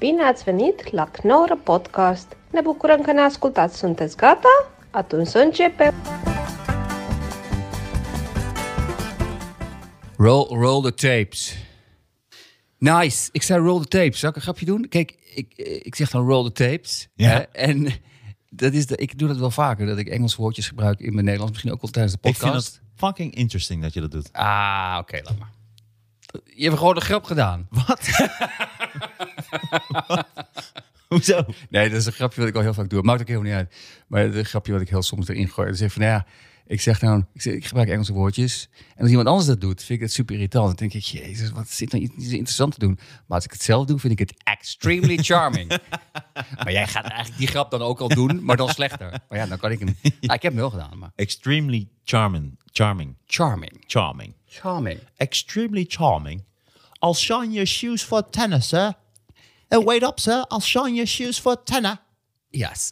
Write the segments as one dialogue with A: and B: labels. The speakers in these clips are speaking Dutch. A: Bine ați venit la Knorr Podcast! Ne bucurăm că ne ascultați. Sunteți gata? Atunci să începem!
B: Roll, roll the tapes. Nice. Ik zei roll the tapes. Zal ik een grapje doen? Kijk, ik, ik zeg dan roll the tapes.
C: Ja.
B: Hè? En dat is de, ik doe dat wel vaker, dat ik Engels woordjes gebruik in mijn Nederlands. Misschien ook wel tijdens de
C: Ik
B: podcast.
C: vind het fucking interesting dat je dat doet.
B: Ah, oké, laat maar. Je hebt gewoon een grap gedaan.
C: Wat? Hoezo?
B: Nee, dat is een grapje wat ik al heel vaak doe. Maakt ook helemaal niet uit. Maar het is een grapje wat ik heel soms erin gooi. Dan zeg ik van, nou ja, ik zeg nou, ik, zeg- ik gebruik Engelse woordjes. En als iemand anders dat doet, vind ik het super irritant. Dan denk ik, jezus, wat zit nou iets iets interessants te doen? Maar als ik het zelf doe, vind ik het extremely charming. maar jij gaat eigenlijk die grap dan ook al doen, maar dan slechter. Maar ja, dan kan ik hem... Nou, ik heb hem wel gedaan, maar...
C: Extremely charming. Charming.
B: Charming.
C: Charming.
B: Charming.
C: Extremely charming. I'll shine your shoes for tenner, sir. Hey, wait up, sir. I'll shine your shoes for tenner.
B: Yes.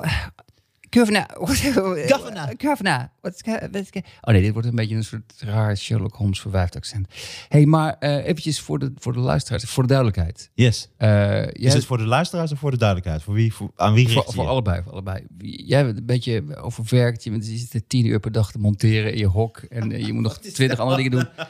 B: Governor.
C: Governor.
B: Governor. What's go- what's go- oh nee, dit wordt een beetje een soort raar Sherlock Holmes verwijfd accent. hey, maar eh, eventjes voor de, voor de luisteraars, voor de duidelijkheid.
C: Yes.
B: Eh, jij,
C: Is het voor de luisteraars of voor de duidelijkheid? Voor wie, voor, aan wie richt
B: voor,
C: je
B: voor
C: je?
B: allebei, voor allebei. Jij bent een beetje overwerkt. Je, bent, je zit er tien uur per dag te monteren in je hok. En eh, je moet nog twintig andere dingen doen.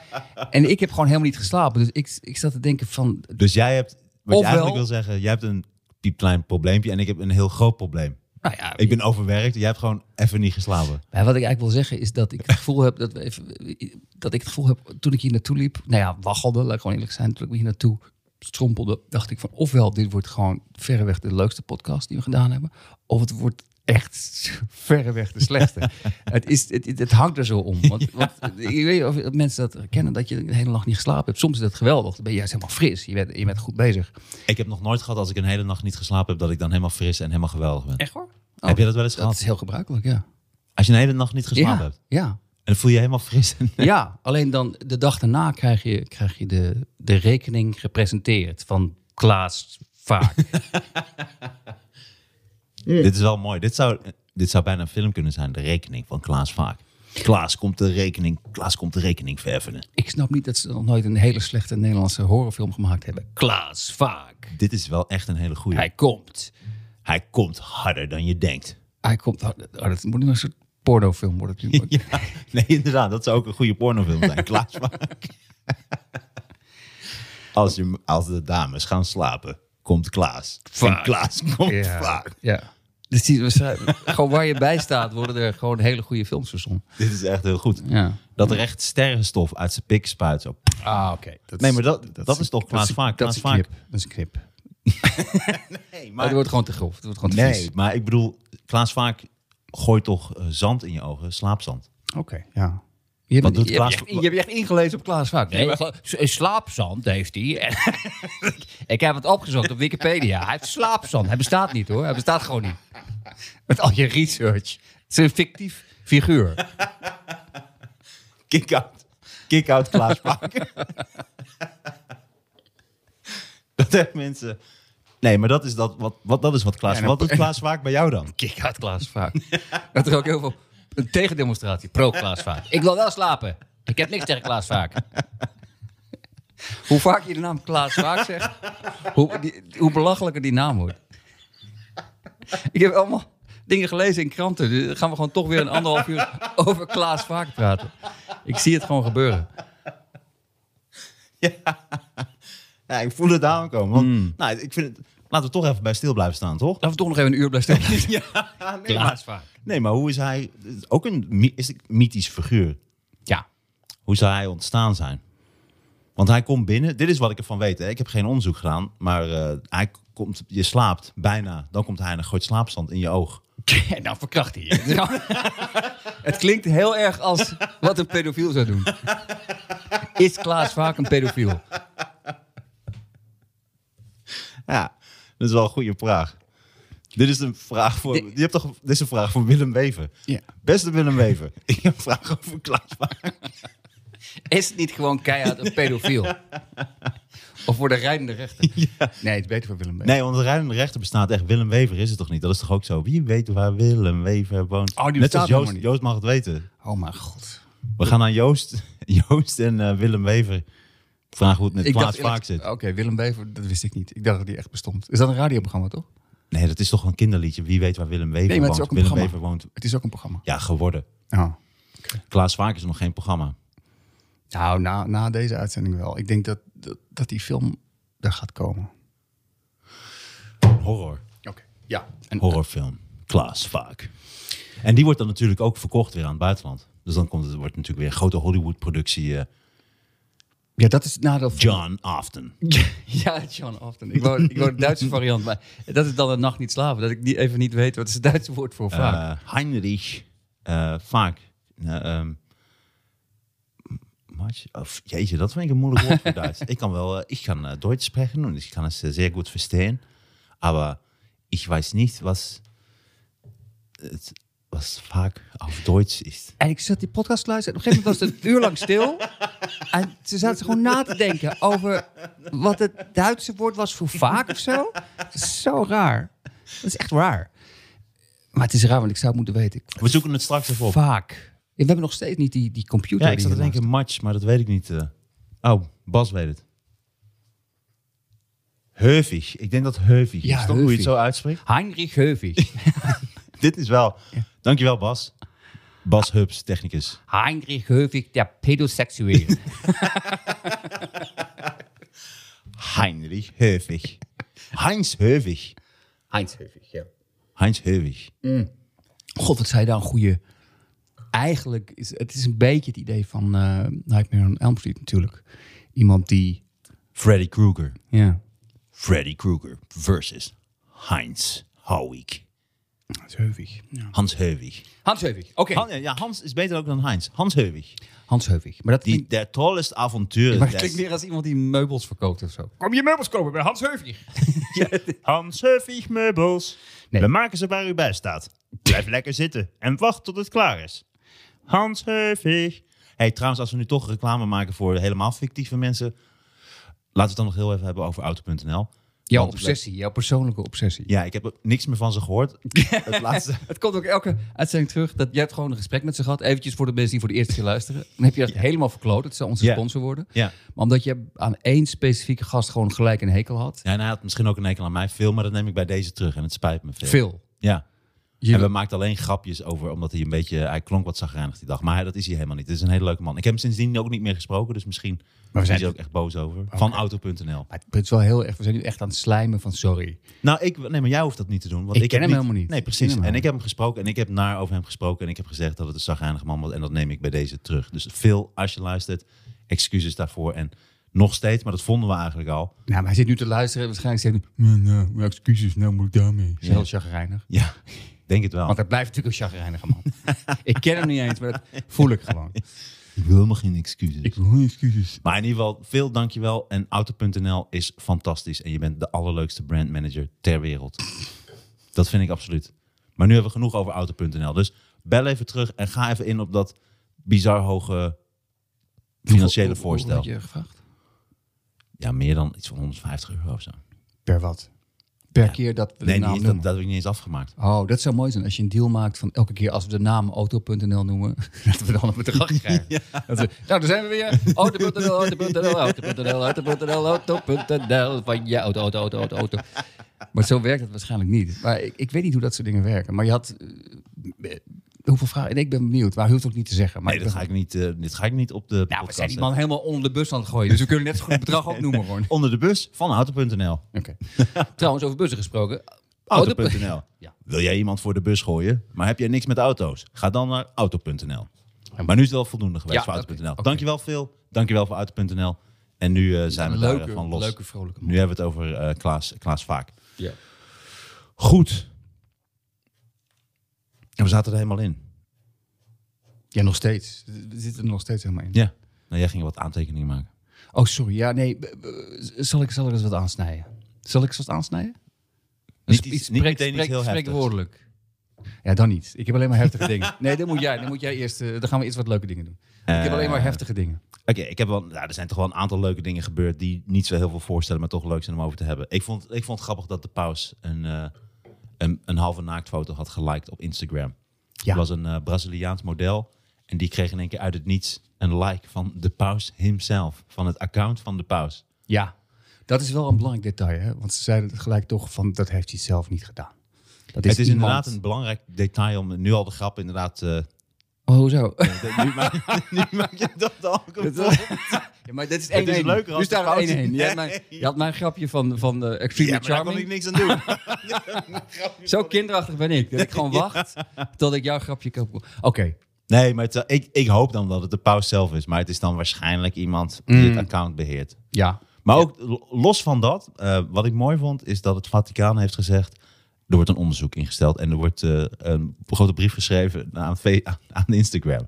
B: En ik heb gewoon helemaal niet geslapen. Dus ik, ik zat te denken van...
C: Dus jij hebt, wat
B: Ofwel-
C: je eigenlijk wil zeggen, jij hebt een piepklein probleempje en ik heb een heel groot probleem.
B: Nou ja,
C: Ik ben overwerkt, jij hebt gewoon even niet geslapen.
B: Maar wat ik eigenlijk wil zeggen is dat ik het gevoel heb dat, we even, dat ik het gevoel heb toen ik hier naartoe liep. Nou ja, waggelde, laat ik gewoon eerlijk zijn. Toen ik hier naartoe strompelde, dacht ik van ofwel dit wordt gewoon verreweg de leukste podcast die we gedaan hebben. Of het wordt echt verreweg de slechtste. het, is, het, het, het hangt er zo om. Want, want ik weet niet of mensen dat herkennen, dat je de hele nacht niet geslapen hebt. Soms is dat geweldig. Dan ben je juist helemaal fris. Je bent, je bent goed bezig.
C: Ik heb nog nooit gehad als ik een hele nacht niet geslapen heb, dat ik dan helemaal fris en helemaal geweldig ben.
B: Echt hoor?
C: heb je dat wel eens
B: Dat
C: gehad?
B: is heel gebruikelijk, ja.
C: Als je een hele nacht niet geslapen
B: Ja,
C: hebt
B: ja.
C: en dan voel je je helemaal fris. En,
B: Ja, alleen dan de dag daarna krijg je, krijg je de, de rekening gepresenteerd van Klaas Vaak.
C: Dit is wel mooi. Dit zou, dit zou bijna een film kunnen zijn, de rekening van Klaas Vaak. Klaas komt de rekening, Klaas komt de rekening vervenen.
B: Ik snap niet dat ze nog nooit een hele slechte Nederlandse horrorfilm gemaakt hebben. Klaas Vaak.
C: Dit is wel echt een hele goeie.
B: Hij
C: Hij,
B: komt.
C: komt harder dan je denkt.
B: Hij komt. Oh, dat- oh, dat moet nu een soort pornofilm worden. natuurlijk.
C: Ja, nee, inderdaad. Dat zou ook een goede pornofilm zijn. Klaas Vaak. Als, je, als de dames gaan slapen, komt Klaas.
B: Vaak.
C: En Klaas komt
B: ja.
C: vaak.
B: ja. Dus die, we schrijven- gewoon waar je bij staat, worden er gewoon hele goede films verzonnen.
C: Dit is echt heel goed.
B: Ja.
C: Dat er echt sterrenstof uit zijn pik spuit. Zo.
B: Ah, oké. Dat
C: Nee,
B: is-
C: maar dat, dat, is toch Klaas Vaak?
B: Dat
C: Klaas
B: is een
C: Vaak.
B: knip. Dat is een knip. Maar...
C: Nee,
B: Het wordt gewoon te grof. Het wordt gewoon te vies.
C: nee, maar ik bedoel, Klaas Vaak gooit toch eh, zand in je ogen, slaapzand.
B: Oké, ja. Je hebt,
C: Wat doet
B: je,
C: Klaas-
B: hebt, je hebt je echt ingelezen op Klaas Vaak. Nee, maar gewoon- slaapzand heeft hij. En ik heb het opgezocht op Wikipedia. Hij heeft slaapzand. Hij bestaat niet hoor. Hij bestaat gewoon niet. Met al je research. Het is een fictief figuur.
C: Kick-out. Kick-out Klaas Vaak. dat echt mensen... Nee, maar dat is, dat, wat, wat, dat is wat Klaas...
B: Ja, en
C: wat
B: dan-
C: doet Klaas Vaak bij jou dan?
B: Kick out Klaas Vaak. Dat er ook heel veel... Een tegendemonstratie pro Klaas Vaak. Ik wil wel slapen. Ik heb niks tegen Klaas Vaak. Hoe vaak je de naam Klaas Vaak zegt, hoe, die, hoe belachelijker die naam wordt. Ik heb allemaal dingen gelezen in kranten. Dus dan gaan we gewoon toch weer een anderhalf uur over Klaas Vaak praten. Ik zie het gewoon gebeuren.
C: Ja, ik voel het aankomen. Want, nou, ik vind het, laten we toch even bij stil blijven staan, toch?
B: Laten we toch nog even een uur blijven stilstaan.
C: nee, maar,
B: Klaas Vaak.
C: nee, maar hoe is hij... het is Ook een, my- is een mythisch figuur.
B: Ja.
C: Hoe zou hij ontstaan zijn? Want hij komt binnen. Dit is wat ik ervan weet. Hè. Ik heb geen onderzoek gedaan. Maar eh, hij komt, je slaapt bijna. Dan komt hij en gooit slaapstand in je oog.
B: En dan verkracht hij je. Nou, het klinkt heel erg als wat een pedofiel zou doen. Is Klaas Vaak een pedofiel?
C: Ja, dat is wel een goede vraag. Dit is een vraag voor.
B: Dit-
C: Je hebt toch, dit is een vraag voor Willem Wever.
B: Ja.
C: Beste Willem Wever, ik heb een vraag over Klaas Vaak.
B: Is het niet gewoon keihard een pedofiel? Of voor de rijdende rechter? Nee, het is beter voor Willem B.
C: Nee, want de ruimte rechter bestaat echt. Willem Wever is het toch niet? Dat is toch ook zo? Wie weet waar Willem Wever woont?
B: Oh, die
C: Net
B: bestaat
C: als
B: helemaal
C: Joost.
B: niet.
C: Joost mag het weten.
B: Oh mijn god.
C: We gaan aan Joost, Joost en eh, Willem Wever Vraag hoe het met
D: Ik
C: Klaas
D: dacht
C: Vaak
D: eerlijk-
C: zit.
D: Oké, Willem Wever, dat wist ik niet. Ik dacht dat die echt bestond. Is dat een radioprogramma, toch?
C: Nee, dat is toch een kinderliedje. Wie weet waar Willem Wever
D: Nee, maar het
C: woont.
D: is ook een
C: Willem
D: programma.
C: Wever woont...
D: Het is ook een programma.
C: Ja, geworden.
D: Oh.
C: Klaas Vaak is nog geen programma.
D: Nou, na, na deze uitzending wel. Ik denk dat, dat, dat die film er gaat komen.
C: Horror.
D: Oké. Ja. En,
C: Horrorfilm. Klaas Vaak. En die wordt dan natuurlijk ook verkocht weer aan het buitenland. Dus dan komt het, wordt natuurlijk weer een grote Hollywood-productie. eh,
D: ja, dat is het nadeel van...
C: John Afton.
D: Ja, John Afton. Ik wou, ik wou de Duitse variant, maar dat is dan een nacht niet slapen. Dat ik niet, even niet weet, wat is het Duitse woord voor vaak?
C: Eh, Heinrich eh, Vaak. Eh, ehm, Matsch- of, jeetje, dat vind ik een moeilijk woord voor Duits. ik kan wel, eh, ik kan eh, Duits spreken en ik kan het eh, zeer goed verstaan. Maar ik weet niet wat, het, wat vaak op Duits is.
D: En ik zat die podcast te luisteren. En op een gegeven moment was het een uur lang stil. En ze zaten gewoon na te denken over wat het Duitse woord was voor vaak of zo. Dat is zo raar. Dat is echt raar. Maar het is raar, want ik zou het moeten weten. Ik-
C: We zoeken het straks even op.
D: Vaak. Ja, We hebben nog steeds niet die, die computer.
C: Ja, ik
D: die
C: zat te
D: hiernaast-
C: denken match, maar dat weet ik niet. eh. oh, Bas weet het. Heuvig. Ik denk dat heuvig
D: Ja,
C: is. Toch hoe je het
D: heuvig.
C: zo uitspreekt?
D: Heinrich Heuvig.
C: Dit is wel. Dankjewel, Bas. Bas Hubs, technicus.
D: Heinrich Heuvig, der pedoseksuele.
C: Heinrich Heuvig. Heinz Heuvig.
D: Heinz Heuvig, ja.
C: Heinz Heuvig.
D: God, wat zei daar een goede. Eigenlijk is het is een beetje het idee van eh, Nightmare on Elm Street natuurlijk. Iemand die.
C: Freddy Krueger.
D: Ja.
C: Freddy Krueger versus Heinz Hauwig.
D: Hans Heuvig. Ja.
C: Hans Heuvig.
D: Hans Heuvig, oké.
C: Han- ja, Hans is beter ook dan Heinz. Hans Heuvig.
D: Hans Heuvig. Maar dat
C: Die
D: klinkt,
C: der tollest avonturen.
D: maar dat
C: des-
D: klinkt meer als iemand die meubels verkoopt of zo. Kom je meubels kopen bij Hans Heuvig?
C: Hans Heuvig meubels.
D: Nee.
C: We maken ze waar u bij staat. Blijf lekker zitten en wacht tot het klaar is. Hans Heuvig. hey, trouwens, als we nu toch reclame maken voor helemaal fictieve mensen... laten we het dan nog heel even hebben over auto.nl.
D: Jouw
C: Want-
D: obsessie, jouw persoonlijke obsessie.
C: Ja, ik heb er niks meer van ze gehoord. het laatste...
D: Het komt ook elke uitzending terug. Dat, jij hebt gewoon een gesprek met ze gehad. Eventjes voor de mensen die voor de eerste keer luisteren. Dan heb je dat helemaal verkloot. Het zou onze
C: Ja.
D: sponsor worden.
C: Ja.
D: Maar omdat je aan één specifieke gast gewoon gelijk een hekel had.
C: ja, en hij had misschien ook een hekel aan mij veel... maar dat neem ik bij deze terug en het spijt me veel.
D: Veel.
C: Ja.
D: Je-
C: En we maakten alleen grapjes over, omdat hij een beetje... Hij klonk wat zagrijnig die dag, maar hij- dat is hij helemaal niet. Het is een hele leuke man. Ik heb hem sindsdien ook niet meer gesproken, dus misschien maar we zijn
D: zijn-
C: is hij ook echt boos over. Van auto.nl.
D: Maar het is wel heel erg. We zijn nu echt aan het slijmen van sorry.
C: Nou, ik, nee, maar jij hoeft dat niet te doen. Want
D: Ik
C: ik
D: ken
C: heb
D: hem helemaal niet.
C: Nee,
D: Ik ken
C: precies.
D: hem
C: en ik
D: helemaal
C: heb hem gesproken en ik heb naar over hem gesproken... en ik heb gezegd dat het een zagrijnige man was en dat neem ik bij deze terug. Dus veel, als je luistert, excuses daarvoor. En nog steeds, maar dat vonden we eigenlijk al...
D: Nou, maar hij zit nu te luisteren en waarschijnlijk zegt hij... "Nou, nou, mijn excuses, nou moet ik daarmee. Dat is heel chagrijnig.
C: Ja, denk het wel.
D: Want hij blijft natuurlijk een chagrijnige man. ik ken hem niet eens, maar dat voel ik gewoon.
C: Ik wil helemaal geen excuses.
D: wil excuses.
C: Maar in ieder geval, veel dankjewel. En Auto.nl is fantastisch. En je bent de allerleukste brandmanager ter wereld. Dat vind ik absoluut. Maar nu hebben we genoeg over Auto.nl. Dus bel even terug en ga even in op dat bizar hoge financiële voorstel.
D: Hoeveel had je gevraagd?
C: Ja, meer dan iets van 150 euro of zo.
D: Per wat? Per keer dat we
C: Nee,
D: de
C: die
D: naam
C: is- dat,
D: noemen.
C: dat heb ik niet eens afgemaakt.
D: Oh, dat zou mooi zijn als je een deal maakt van elke keer als we de naam auto.nl noemen, dat we dan een bedrag krijgen. Dat we- nou, daar zijn we weer. Auto.nl, auto.nl, auto.nl, auto.nl, auto.nl, van je auto, auto, auto, auto, auto. Maar zo werkt het waarschijnlijk niet. Maar ik, ik weet niet hoe dat soort dingen werken. Maar je had eh, eh, hoeveel vragen? En ik ben benieuwd, maar je hoeft ook niet te zeggen. Maar
C: Nee,
D: ik
C: dat
D: ben-
C: ga ik niet, eh, dit ga ik niet op de
D: nou, we
C: podcast
D: zijn die
C: zetten.
D: man helemaal onder de bus aan het gooien. Dus we kunnen net zo goed het bedrag opnoemen gewoon.
C: Onder de bus van Auto.nl.
D: Oké. Trouwens, over bussen gesproken.
C: Oh,
D: Oh,
C: Auto.nl.
D: Ja.
C: Wil jij iemand voor de bus gooien, maar heb jij niks met auto's? Ga dan naar auto.nl. Maar nu is het wel voldoende geweest
D: Ja,
C: voor
D: oké,
C: auto.nl.
D: oké.
C: Dankjewel Phil, dankjewel voor auto.nl. En nu eh, zijn we daar eh,
D: Leuke,
C: van los.
D: leuke, vrolijke man.
C: Nu hebben we het over eh, Klaas, Klaas Vaak.
D: Ja.
C: Goed. En we zaten er helemaal in.
D: Ja, nog steeds. We zitten er nog steeds helemaal in.
C: Ja. Nou, jij ging wat aantekeningen maken.
D: Oh, sorry. Ja, nee. b- b- Zal ik, zal ik eens wat aansnijden? Zal ik eens wat aansnijden?
C: Niet
D: Sp-
C: iets-
D: spreek-
C: niet meteen iets
D: spreek-
C: heel heftigs.
D: Spreekwoordelijk. Ja, dan niet. Ik heb alleen maar heftige dingen. Nee, dan moet jij. Dan, moet jij eerst, eh, dan gaan we eerst wat leuke dingen doen. ik heb alleen
C: Eh.
D: maar heftige dingen.
C: Oké, ik heb wel. Nou, er zijn toch wel een aantal leuke dingen gebeurd die niet zo heel veel voorstellen, maar toch leuk zijn om over te hebben. Ik vond, ik vond het grappig dat de paus een, eh, een, een halve naaktfoto had geliked op Instagram.
D: Ja.
C: Het was een eh, Braziliaans model. En die kreeg in één keer uit het niets een like van de paus himself. Van het account van de paus.
D: Ja, dat is wel een belangrijk detail. Hè? Want ze zeiden het gelijk toch van dat heeft hij zelf niet gedaan. Dat is dus
C: het is
D: iemand-
C: inderdaad een belangrijk detail om nu al de grap inderdaad... eh,
D: Oh, hoezo?
C: nu, maak, nu maak je dat al
D: Dat-
C: kapot.
D: ja, maar dit is
C: Het is
D: 1-1.
C: leuker als
D: Nu staat
C: de fout
D: er 1-1. Je,
C: Nee.
D: had mijn- je had mijn grapje van, van eh,
C: Ja,
D: Extreme
C: maar daar kon ik
D: Charming.
C: niks aan doen.
D: Zo kinderachtig ben ik. Dat ik gewoon wacht tot ik jouw grapje kapot... Oké,
C: Nee, maar het- eh, ik, ik hoop dan dat het de paus zelf is. Maar het is dan waarschijnlijk iemand die
D: Mm.
C: het account beheert.
D: ja.
C: Maar ook lo- los van dat, eh, wat ik mooi vond, is dat het Vaticaan heeft gezegd... er wordt een onderzoek ingesteld en er wordt eh, een grote brief geschreven aan, fe- aan, aan Instagram.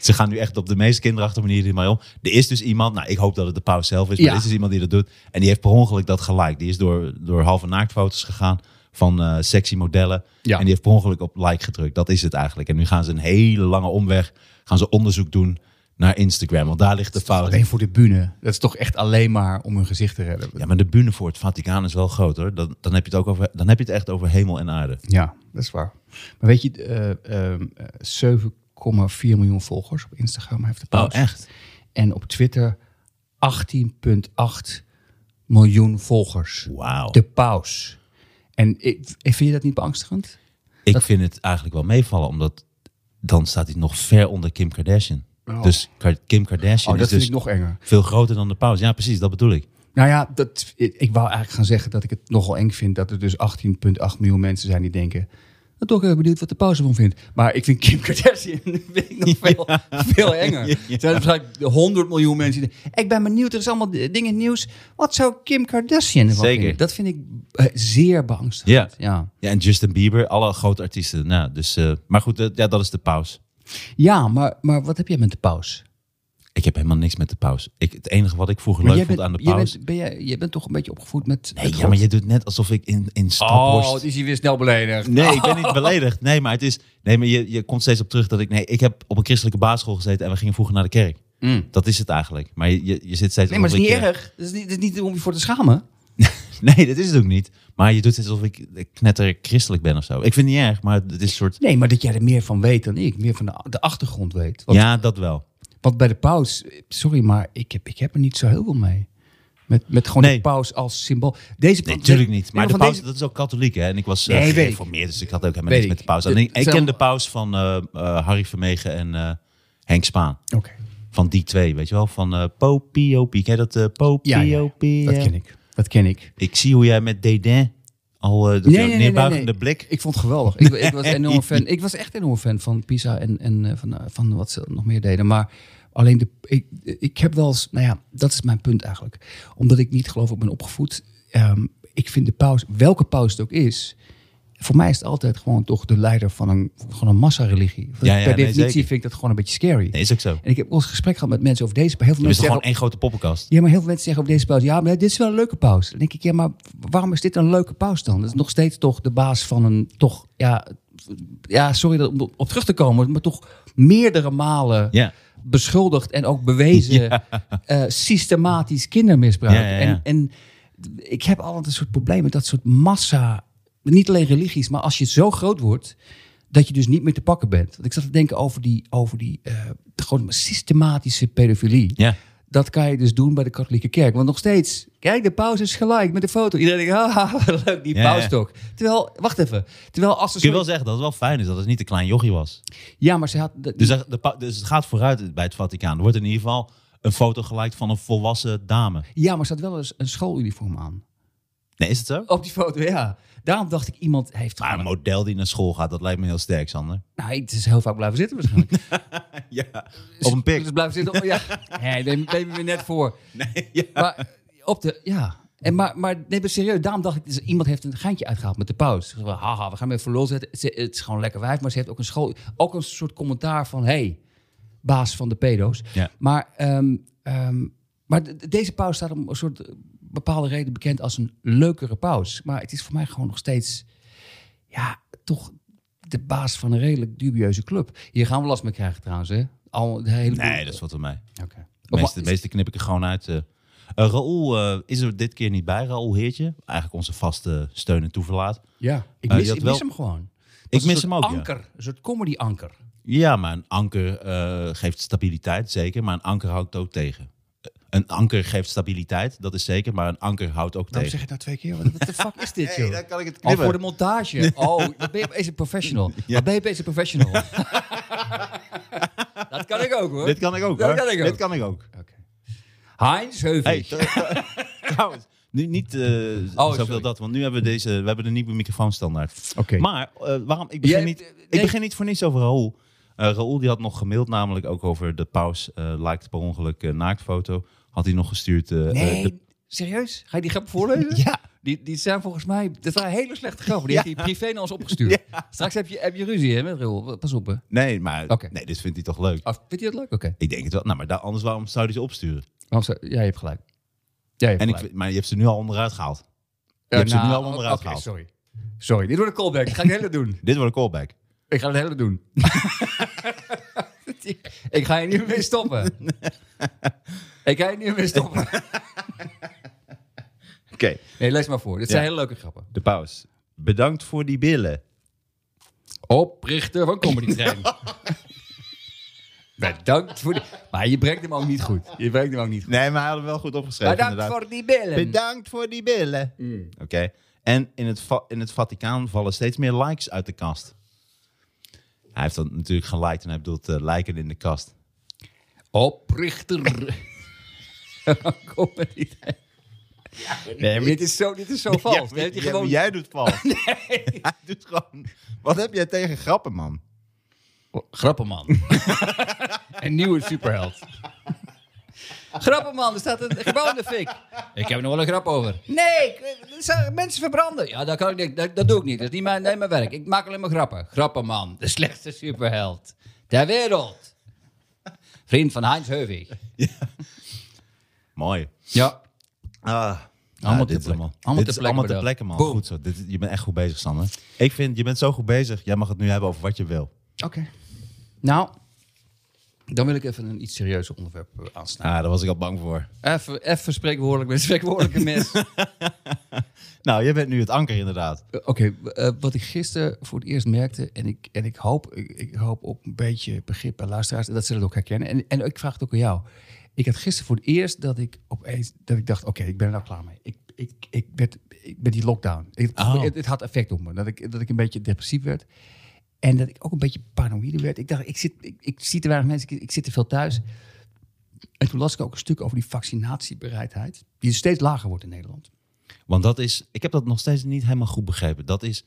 C: Ze gaan nu echt op de meest kinderachtige manier hiermee om. Er is dus iemand, nou ik hoop dat het de paus zelf is, maar
D: Ja.
C: er is dus iemand die dat doet. En die heeft per ongeluk dat gelijk. Die is door, door halve naaktfoto's gegaan van eh, sexy modellen.
D: Ja.
C: En die heeft per ongeluk op like gedrukt. Dat is het eigenlijk. En nu gaan ze een hele lange omweg, gaan ze onderzoek doen naar Instagram. Want daar ligt de fout.
D: Alleen voor de bühne. Dat is toch echt alleen maar om hun gezicht te redden.
C: Ja, maar de bühne voor het Vaticaan is wel groot hoor. Dan, dan, heb je het ook over, dan heb je het echt over hemel en aarde.
D: Ja, dat is waar. Maar weet je, eh, ehm, eh, 7,4 miljoen volgers op Instagram heeft de paus.
C: Oh, echt?
D: En op Twitter 18,8 miljoen volgers.
C: Wauw.
D: De paus. En ik, ik- vind je dat niet beangstigend?
C: Ik vind het eigenlijk wel meevallen, omdat dan staat hij nog ver onder Kim Kardashian.
D: Oh.
C: Dus Ka- Kim Kardashian
D: Oh, dat
C: is
D: vind
C: dus
D: ik nog enger.
C: veel groter dan de paus. Ja, precies, dat bedoel ik.
D: Nou ja, dat, ik, ik wou eigenlijk gaan zeggen dat ik het nogal eng vind dat er dus 18,8 miljoen mensen zijn die denken. "Nou, Dat toch heel benieuwd wat de pauze ervan vindt. Maar ik vind Kim Kardashian vind ik nog veel, veel enger. Er zijn waarschijnlijk 100 miljoen mensen die denken, Ik ben benieuwd, er is allemaal dingen in het nieuws. Wat zou Kim Kardashian ervan
C: Zeker.
D: vinden? Dat vind ik eh, zeer beangstigend. Ja.
C: Ja, en Justin Bieber, alle grote artiesten. Nou, dus, eh, maar goed, eh, ja, dat is de paus.
D: Ja, maar, maar wat heb jij met de paus?
C: Ik heb helemaal niks met de paus. Ik, het enige wat ik vroeger
D: Maar
C: leuk
D: jij
C: vond aan de
D: jij
C: paus...
D: bent, ben jij, jij bent toch een beetje opgevoed met...
C: nee,
D: met
C: ja,
D: God?
C: maar je doet net alsof ik in, in Staphorst...
D: Oh, het is hier weer snel beledigd.
C: Nee, ik ben
D: Oh.
C: niet beledigd. Nee, maar het is. Nee, maar je, je komt steeds op terug dat ik. Nee, ik heb op een christelijke basisschool gezeten en we gingen vroeger naar de kerk. Dat is het eigenlijk. Maar je, je- je zit steeds.
D: Mm. Nee, maar het
C: alsof
D: is niet
C: ik, eh,
D: erg. Het is niet, het is niet om je voor te schamen.
C: Nee, dat is het ook niet. Maar je doet het alsof ik knetter christelijk ben of zo. Ik vind het niet erg, maar het is een soort.
D: Nee, maar dat jij er meer van weet dan ik. Meer van de, de achtergrond weet. Want,
C: Ja, dat wel.
D: want bij de paus, eh, sorry, maar ik heb, ik heb er niet zo heel veel mee. Met, met gewoon
C: Nee.
D: de paus als symbool. Deze
C: Nee, natuurlijk
D: nee,
C: niet. Maar de
D: van
C: paus,
D: deze-
C: dat is ook katholiek, hè? En ik was
D: Nee,
C: nee,
D: weet ik.
C: gereformeerd, dus ik had ook helemaal
D: Weet
C: niks met
D: ik.
C: de paus. En
D: Dit
C: ik, ik
D: zijn
C: ken de paus van eh, eh, Harry Vermegen en eh, Henk Spaan.
D: Oké,
C: Van die twee, weet je wel? Van eh Po, Pio, Pie. Ken je dat? eh po, Pio,
D: Ja, ja, ja.
C: Pio?
D: dat ken ik. Dat ken ik.
C: Ik zie hoe jij met dédain al eh de
D: Nee, nee, nee,
C: neerbuigende
D: nee, nee.
C: blik.
D: Ik vond het geweldig. Ik, ik was enorm fan. Ik was echt enorm fan van Pisa en, en eh, van, eh, van wat ze nog meer deden. Maar alleen de. Ik, ik heb wel eens. Nou ja, dat is mijn punt eigenlijk. Omdat ik niet geloof ik ben opgevoed. ehm, ik vind de paus, welke paus het ook is. Voor mij is het altijd gewoon toch de leider van een, gewoon een massareligie.
C: Ja, ja,
D: Per
C: nee,
D: definitie
C: zeker.
D: vind ik dat gewoon een beetje scary.
C: Nee, is ook zo.
D: En ik heb wel eens gesprek gehad met mensen over deze. Heel veel
C: Je bent
D: mensen
C: toch gewoon
D: zeggen,
C: één grote poppenkast.
D: ja, maar heel veel mensen zeggen op deze pauze... ja, maar dit is wel een leuke pauze. Dan denk ik, ja, maar waarom is dit een leuke pauze dan? Dat is nog steeds toch de baas van een toch... ja, ja sorry dat- om op terug te komen... maar toch meerdere malen
C: Ja.
D: beschuldigd... en ook bewezen eh, systematisch kindermisbruik.
C: Ja, ja, ja.
D: En, en ik heb altijd een soort probleem met dat soort massa... niet alleen religies, maar als je zo groot wordt... dat je dus niet meer te pakken bent. Want ik zat te denken over die, over die eh, gewoon systematische pedofilie...
C: ja.
D: Dat kan je dus doen bij de katholieke kerk. Want nog steeds, kijk, de paus is gelijk met de foto. Iedereen denkt, haha, wat leuk, die
C: Ja, ja.
D: paus toch. Terwijl, wacht even. Terwijl als ze...
C: Kun je
D: zo-
C: wel zeggen dat het wel fijn is dat het niet een klein jochie was.
D: Ja, maar ze had... de-
C: Dus, er- de, pa- dus het gaat vooruit bij het Vaticaan. Er wordt in ieder geval een foto gelijk van een volwassen dame.
D: Ja, maar ze had wel eens een schooluniform aan.
C: Nee, is het zo?
D: Op die foto, ja. Daarom dacht ik, iemand heeft...
C: Maar een
D: gewoon-
C: model die naar school gaat, dat lijkt me heel sterk, Sander.
D: nou, het is heel vaak blijven zitten waarschijnlijk.
C: Ja. Op een pik.
D: Dus blijven zitten. op- ja, nee, neem, neem je me net voor.
C: Nee, ja.
D: Maar op de... Ja. En maar, maar nee, maar serieus, daarom dacht ik, dus iemand heeft een geintje uitgehaald met de paus. Zo van, Haha, we gaan hem even lol zetten. Ze- het is gewoon lekker wijf, maar ze heeft ook een school... Ook een soort commentaar van, hey, baas van de pedo's.
C: Ja.
D: Maar, ehm, ehm, maar de- de- deze paus staat om een soort eh, bepaalde reden bekend als een leukere paus. Maar het is voor mij gewoon nog steeds, ja, toch de baas van een redelijk dubieuze club. Hier gaan we last mee krijgen trouwens, hè? Al de hele
C: Nee, dat is wat voor mij.
D: Oké.
C: De
D: Of-
C: meeste, de meeste knip ik er gewoon uit. eh. Eh, Raoul eh, is er dit keer niet bij, Raoul Heertje. Eigenlijk onze vaste steun en toeverlaat.
D: Ja, ik
C: Eh,
D: mis,
C: je had
D: ik mis
C: wel-
D: hem gewoon. Dat
C: Ik
D: is een
C: mis
D: soort
C: hem ook, ja.
D: Anker, een soort comedy-anker.
C: Ja, maar een anker eh, geeft stabiliteit, zeker. Maar een anker houdt ook tegen. Eh, Een anker geeft stabiliteit, dat is zeker. Maar een anker houdt ook
D: Waarom zeg
C: tegen.
D: je het nou twee keer? Wat de fuck is dit, joh?
C: kan ik het
D: Al voor de montage. Oh, dan ben je opeens een professional. Dan ben je opeens een professional. dat kan ik ook, hoor.
C: Dit kan ik ook,
D: Dat
C: hoor.
D: kan ik ook.
C: Dit kan ik ook.
D: Heinz Heuvig.
C: Hey, tr- trouwens, nu niet eh
D: Oh, sorry.
C: zoveel dat, want nu hebben we deze, we hebben de nieuwe microfoon standaard.
D: Oké.
C: Maar eh, waarom? Ik begin,
D: Jij-
C: niet,
D: nee.
C: ik begin niet voor niets over Raoul. Eh Raoul die had nog gemaild, namelijk ook over de paus eh lijkt per ongeluk eh, naaktfoto. Had hij nog gestuurd. eh, eh,
D: Nee,
C: de-
D: serieus? Ga je die grappen voorlezen?
C: ja,
D: Die, die zijn volgens mij... Dat waren hele slechte grappen. Die heeft hij privé naar ons opgestuurd. Straks heb je, heb je ruzie hè, met Roel. Pas op, hè.
C: nee, maar
D: Oké.
C: nee, dit vindt hij toch leuk.
D: Oh, vind je dat leuk? Oké.
C: Ik denk het wel. Nou, maar daar, anders waarom zou hij ze opsturen?
D: Waarom zou- Ja, je hebt gelijk. Ja, je
C: En ik,
D: hebt gelijk.
C: vind- maar je hebt ze nu al onderuit gehaald. Je
D: Eh,
C: hebt ze
D: nou,
C: nu al onderuit
D: oké,
C: gehaald.
D: sorry. Sorry, dit wordt een callback. Dat ga ik de hele doen.
C: Dit wordt een callback.
D: Ik ga het hele doen. ik ga je niet meer stoppen. ik ga je niet meer stoppen.
C: Oké.
D: Nee, lees maar voor. Dit zijn
C: Ja.
D: hele leuke grappen.
C: De paus. Bedankt voor die billen.
D: Oprichter van Comedy Train. Bedankt voor die... Maar je brengt hem ook niet goed. Je brengt hem ook niet goed.
C: Nee, maar hij had hem wel goed opgeschreven.
D: Bedankt
C: inderdaad.
D: voor die billen.
C: Bedankt voor die billen.
D: Mm.
C: Oké. En in het, Va- in het Vaticaan vallen steeds meer likes uit de kast. Hij heeft dat natuurlijk geliked en hij bedoelt eh, lijken in de kast.
D: Oprichter van Comedy Train. Nee, maar dit is zo, dit is zo vals. Dan
C: Ja,
D: heeft hij
C: ja,
D: gewoon...
C: maar Jij doet vals. Hij doet gewoon... Wat heb jij tegen grappen, man?
D: Grappenman. een nieuwe superheld. Grappenman, er staat een gebouw in de fik. Ik heb er nog wel een grap over. Nee, ik- er zijn mensen verbranden. Ja, dat, kan ik, niet. dat, dat doe ik niet. Dat is niet mijn, nee, mijn werk. Ik maak alleen maar grappen. Grappenman, de slechtste superheld ter wereld. Vriend van Heinz Heuvig.
C: Mooi.
D: Ja.
C: Ah.
D: Allemaal
C: dit
D: ter
C: is
D: plekke.
C: allemaal,
D: Allemaal
C: dit
D: ter
C: is allemaal
D: plekke
C: ter plekke, man.
D: bedacht. Boom.
C: Goed zo. Dit, je bent echt goed bezig, Sander. Ik vind, je bent zo goed bezig. Jij mag het nu hebben over wat je wil.
D: Oké. Nou, dan wil ik even een iets serieuzer onderwerp eh, aansnijden.
C: Ah, daar was ik al bang voor.
D: Even, even spreekwoordelijk met spreekwoordelijke mensen.
C: Nou, jij bent nu het anker, inderdaad.
D: Eh, Oké, eh, wat ik gisteren voor het eerst merkte, en ik, en ik, hoop, ik, ik hoop op een beetje begrip bij luisteraars, dat ze dat ook herkennen. En, en ik vraag het ook aan jou. Ik had gisteren voor het eerst dat ik opeens dat ik dacht, oké, ik ben er nou klaar mee. Ik, ik, ik, werd, ik ben die lockdown. Ik-
C: Oh.
D: het, het had effect op me, dat ik, dat ik een beetje depressief werd. En dat ik ook een beetje paranoïde werd. Ik dacht, ik, zit, ik, ik zie te weinig mensen, ik, ik zit te veel thuis. En toen las ik ook een stuk over die vaccinatiebereidheid, die steeds lager wordt in Nederland.
C: Want dat is, ik heb dat nog steeds niet helemaal goed begrepen. Dat is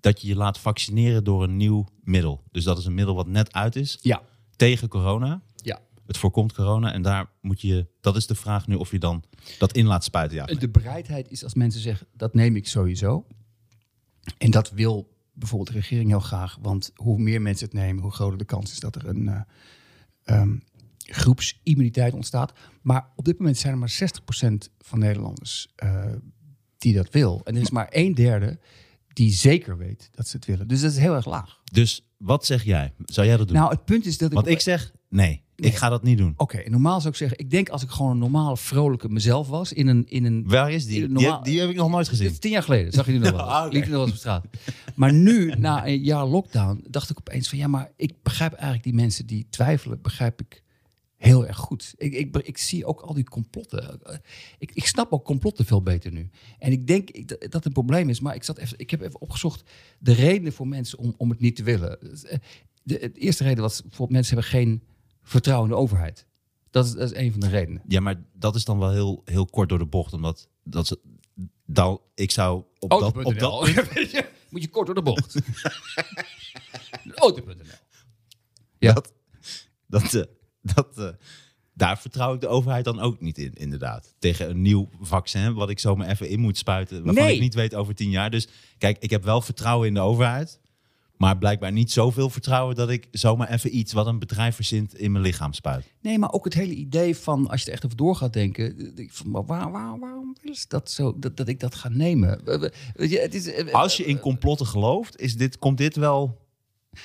C: dat je je laat vaccineren door een nieuw middel. Dus dat is een middel wat net uit is
D: Ja,
C: tegen corona.
D: ja.
C: Het voorkomt corona en daar moet je, dat is de vraag nu of je dan dat in laat spuiten. Ja,
D: De bereidheid is als mensen zeggen, dat neem ik sowieso. En dat wil bijvoorbeeld de regering heel graag. Want hoe meer mensen het nemen, hoe groter de kans is dat er een eh, ehm, groepsimmuniteit ontstaat. Maar op dit moment zijn er maar 60% van Nederlanders eh, die dat wil. En er is maar een derde die zeker weet dat ze het willen. Dus dat is heel erg laag.
C: Dus wat zeg jij? Zou jij dat doen?
D: Nou, het punt is dat ik...
C: Want
D: op-
C: ik zeg, nee, ik ga dat niet doen.
D: Oké, normaal zou ik zeggen, ik denk als ik gewoon een normale, vrolijke mezelf was in een... In een
C: Waar is die? Die,
D: Normaal-
C: heb- die heb ik nog nooit
D: Dit is
C: gezien.
D: tien jaar geleden, zag je die nog wel. eens.
C: Ah, oké.
D: Liep die nog wel eens op straat. Maar nu, na een jaar lockdown, dacht ik opeens van... ja, maar ik begrijp eigenlijk die mensen die twijfelen, begrijp ik heel erg goed. Ik, ik, ik zie ook al die complotten. Ik, ik snap ook complotten veel beter nu. En ik denk ik- dat het een probleem is, maar ik, zat even, ik heb even opgezocht... de redenen voor mensen om, om het niet te willen. De, de eerste reden was, bijvoorbeeld mensen hebben geen vertrouwen in de overheid. Dat is, dat is een van de redenen.
C: Ja, maar dat is dan wel heel, heel kort door de bocht. Omdat dat, ze- dan, ik zou op dat, op dat
D: Auto.nl. Moet je kort door de bocht. Auto.nl. Ja.
C: Dat, dat, eh, dat, eh, daar vertrouw ik de overheid dan ook niet in, inderdaad. Tegen een nieuw vaccin, wat ik zo maar even in moet spuiten. Waarvan
D: Nee.
C: ik niet weet over tien jaar. Dus kijk, ik heb wel vertrouwen in de overheid. Maar blijkbaar niet zoveel vertrouwen dat ik zomaar even iets wat een bedrijf verzint in mijn lichaam spuit.
D: Nee, maar ook het hele idee van, als je er echt over door gaat denken, eh, ik van, maar waar, waar, waarom willen ze dat zo, dat, dat ik dat ga nemen? Eh, eh, Weet je, het is, eh,
C: Als je in complotten gelooft, is dit, komt dit wel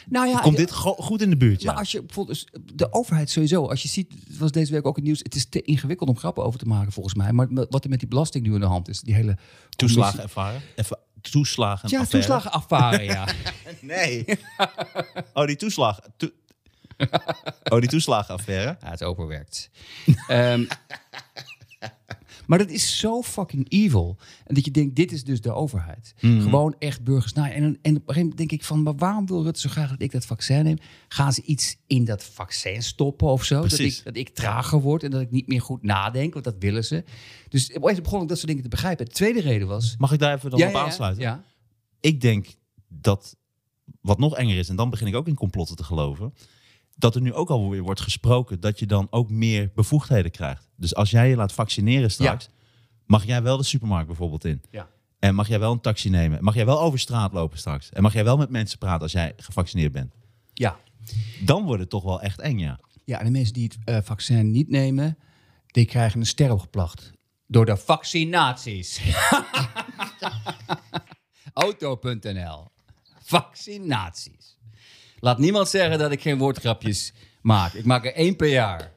D: nou ja,
C: komt dit go- goed in de buurt.
D: Maar
C: Ja.
D: als je bijvoorbeeld dus de overheid sowieso, als je ziet, het was deze week ook het nieuws, het is te ingewikkeld om grappen over te maken volgens mij. Maar wat er met die belasting nu aan de hand is, die hele commissie-
C: Toeslagen ervaren. Even toeslagen.
D: Ja,
C: affaire.
D: toeslagenaffaire, ja.
C: Nee. oh, die toeslag. toe- oh, die toeslagenaffaire.
D: Ja, Ah, het overwerkt. Ehm, maar dat is zo fucking evil. En dat je denkt, dit is dus de overheid.
C: Mhm.
D: Gewoon echt burgers. Nou, en, en op een gegeven moment denk ik van, maar waarom wil Rutte zo graag dat ik dat vaccin neem? Gaan ze iets in dat vaccin stoppen of zo? Dat
C: Precies.
D: ik, dat ik trager word en dat ik niet meer goed nadenk, want dat willen ze. Dus opeens begon ik dat soort dingen te begrijpen. De tweede reden was...
C: Mag ik daar even dan
D: Ja,
C: op
D: ja, ja,
C: aansluiten?
D: Ja,
C: Ik denk dat wat nog enger is, en dan begin ik ook in complotten te geloven, dat er nu ook alweer wordt gesproken dat je dan ook meer bevoegdheden krijgt. Dus als jij je laat vaccineren straks, mag jij wel de supermarkt bijvoorbeeld in.
D: Ja.
C: En mag jij wel een taxi nemen? Mag jij wel over straat lopen straks? En mag jij wel met mensen praten als jij gevaccineerd bent?
D: ja.
C: Dan wordt het toch wel echt eng, ja.
D: Ja, en de mensen die het eh, vaccin niet nemen, die krijgen een ster opgeplakt. Door de vaccinaties. Auto.nl. Vaccinaties. Laat niemand zeggen dat ik geen woordgrapjes maak. Ik maak er één per jaar.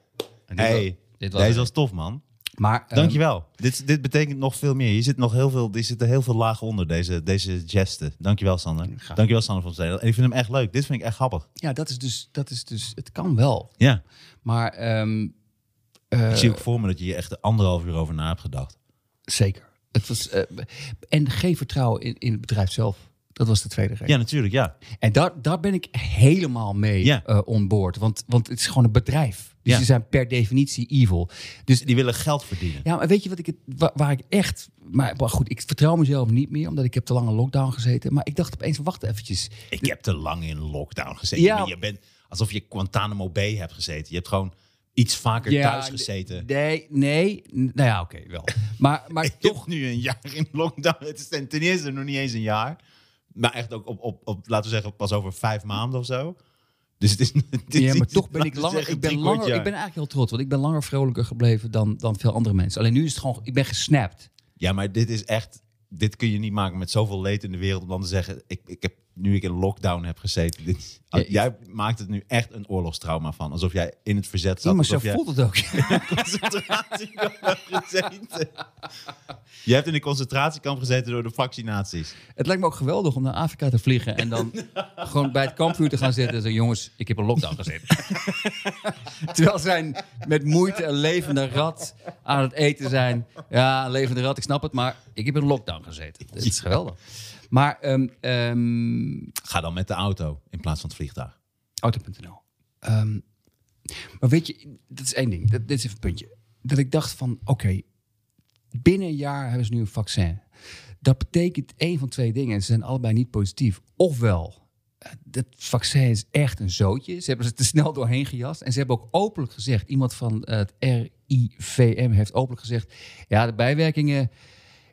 D: En dit
C: hey,
D: was- dit was
C: deze
D: er.
C: was tof, man.
D: Maar, ehm,
C: Dankjewel. dit, dit betekent nog veel meer. Hier zit nog heel veel, er zitten heel veel lagen onder, deze, deze gesten. Dankjewel, Sander. Dankjewel, Sander van Zedel. En ik vind hem echt leuk. Dit vind ik echt grappig.
D: Ja, dat is, dus, dat is dus... Het kan wel.
C: Ja.
D: Maar ehm, Eh,
C: ik zie ook voor me dat je hier echt anderhalf uur over na hebt gedacht.
D: zeker. Het was, eh, en geen vertrouwen in, in het bedrijf zelf. Dat was de tweede reden.
C: Ja, natuurlijk, ja.
D: En daar, daar ben ik helemaal mee
C: Ja.
D: eh, on board. Want, want het is gewoon een bedrijf. Dus
C: Ja.
D: ze zijn per definitie evil. Dus
C: Die willen geld verdienen.
D: ja, maar weet je wat ik het, wa- waar, ik echt. Maar, maar goed, ik vertrouw mezelf niet meer, omdat ik heb te lang in lockdown gezeten. Maar ik dacht opeens, wacht eventjes.
C: Ik heb te lang in lockdown gezeten.
D: Ja.
C: Maar Je bent alsof je Guantanamo Bay hebt gezeten. Je hebt gewoon iets vaker thuis
D: n-
C: gezeten.
D: Nee, nee. n- Nou ja, oké, wel. Maar, maar toch.
C: Toch nu een jaar in lockdown. Het is ten ten eerste nog niet eens een jaar. Maar echt ook op, op, op laten we zeggen, pas over vijf maanden of zo. Dus het is... Het is
D: Ja, maar
C: iets-
D: toch ben ik
C: laten we
D: langer.
C: zeggen,
D: Ik ben,
C: drie kwart
D: langer, ik
C: jaar.
D: ben eigenlijk heel trots, want ik ben langer vrolijker gebleven dan, dan veel andere mensen. Alleen nu is het gewoon, ik ben gesnapt.
C: Ja, maar dit is echt... Dit kun je niet maken met zoveel leed in de wereld... om dan te zeggen, ik, ik heb, nu ik in lockdown heb gezeten... Dit,
D: Ja, ik-
C: jij maakt het nu echt een oorlogstrauma van. Alsof jij in het verzet
D: Ja,
C: zat.
D: maar zo
C: alsof jij
D: voelt het ook.
C: in een concentratiekamp hebt gezeten. Je hebt in een concentratiekamp gezeten door de vaccinaties.
D: Het lijkt me ook geweldig om naar Afrika te vliegen en dan gewoon bij het kampvuur te gaan zitten en zeggen: jongens, ik heb een lockdown gezeten. Terwijl zij met moeite een levende rat aan het eten zijn. Ja, een levende rat, ik snap het, maar ik heb in een lockdown gezeten. Dat is geweldig. Maar ehm, ehm,
C: Ga dan met de auto in plaats van het vliegtuig.
D: Auto.nl. Ehm, maar weet je, dat is één ding. Dat, dit is even een puntje. Dat ik dacht van, oké, binnen een jaar hebben ze nu een vaccin. Dat betekent één van twee dingen. En ze zijn allebei niet positief. Ofwel, eh, dat vaccin is echt een zootje. Ze hebben ze te snel doorheen gejast. En ze hebben ook openlijk gezegd, iemand van eh, het RIVM heeft openlijk gezegd... ja, de bijwerkingen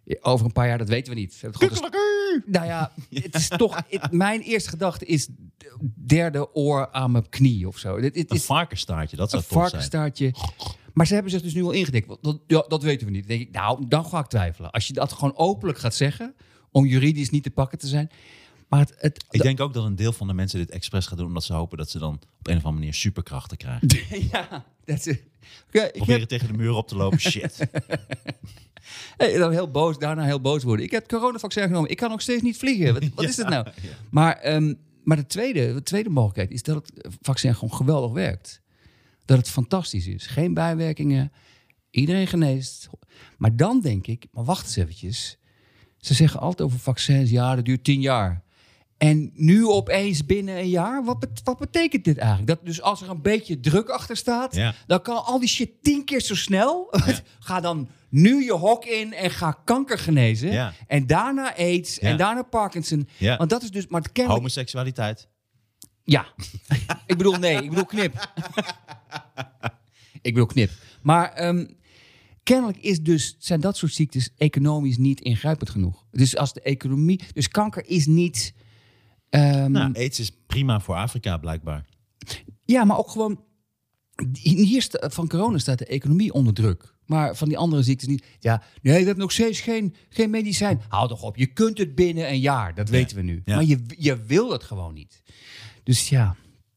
D: eh, over een paar jaar, dat weten we niet. Ze hebben het gewoon ges- nou ja, het is toch. het- mijn eerste gedachte is derde oor aan mijn knie of zo. Dit, dit
C: Een
D: is
C: varkenstaartje, dat
D: een
C: zou tof zijn.
D: varkenstaartje. Maar ze hebben zich dus nu al ingedekt. Want Dat, ja, dat weten we niet. Dan denk ik, nou, dan ga ik twijfelen. Als je dat gewoon openlijk gaat zeggen, om juridisch niet te pakken te zijn. Maar het, het,
C: Ik denk ook dat een deel van de mensen dit expres gaat doen... omdat ze hopen dat ze dan op een of andere manier superkrachten krijgen.
D: ja, dat is. Oké, ik heb,
C: Proberen tegen de muur op te lopen, shit.
D: Hey, dan heel boos, daarna heel boos worden. Ik heb het coronavaccin genomen. Ik kan nog steeds niet vliegen. Wat, wat is het nou? Maar, ehm, maar de, tweede, de tweede mogelijkheid is dat het vaccin gewoon geweldig werkt. Dat het fantastisch is. Geen bijwerkingen. Iedereen geneest. Maar dan denk ik, maar wacht eens eventjes. Ze zeggen altijd over vaccins, ja, dat duurt tien jaar. En nu opeens binnen een jaar, wat, bet- wat betekent dit eigenlijk? Dat dus als er een beetje druk achter staat,
C: Ja.
D: dan kan al die shit tien keer zo snel. ga dan nu je hok in en ga kanker genezen.
C: Ja.
D: En daarna AIDS en
C: Ja.
D: daarna Parkinson.
C: Ja.
D: Want dat is dus, maar het kennelijk...
C: Homoseksualiteit.
D: Ja. ik bedoel nee, ik bedoel knip. ik bedoel knip. Maar ehm, kennelijk is dus, zijn dat soort ziektes economisch niet ingrijpend genoeg. Dus als de economie... Dus kanker is niet... ehm,
C: Nou, aids is prima voor Afrika blijkbaar.
D: Ja, maar ook gewoon... Hier sta- van corona staat de economie onder druk. Maar van die andere ziektes niet. Ja, nee, we hebben nog steeds geen, geen medicijn. Hou toch op, je kunt het binnen een jaar. Dat weten we nu.
C: ja.
D: Maar je, je wil het gewoon niet. Dus ja,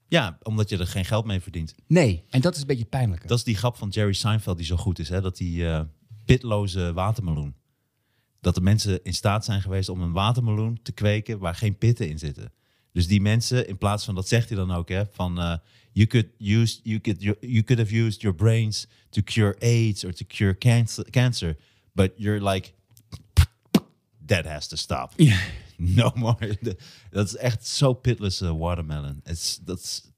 C: Ja, omdat je er geen geld mee verdient.
D: nee. En dat is een beetje pijnlijk.
C: Dat is die grap van Jerry Seinfeld die zo goed is. Hè? Dat die eh, pitloze watermeloen. dat de mensen in staat zijn geweest om een watermeloen te kweken waar geen pitten in zitten. Dus die mensen, in plaats van, dat zegt hij dan ook, hè, van eh, you, could use, you, could, you could have used your brains to cure AIDS or to cure cancer, cancer but you're like, that has to stop. No more. De- Dat is echt zo pitless eh, watermelon. Het is- dat is,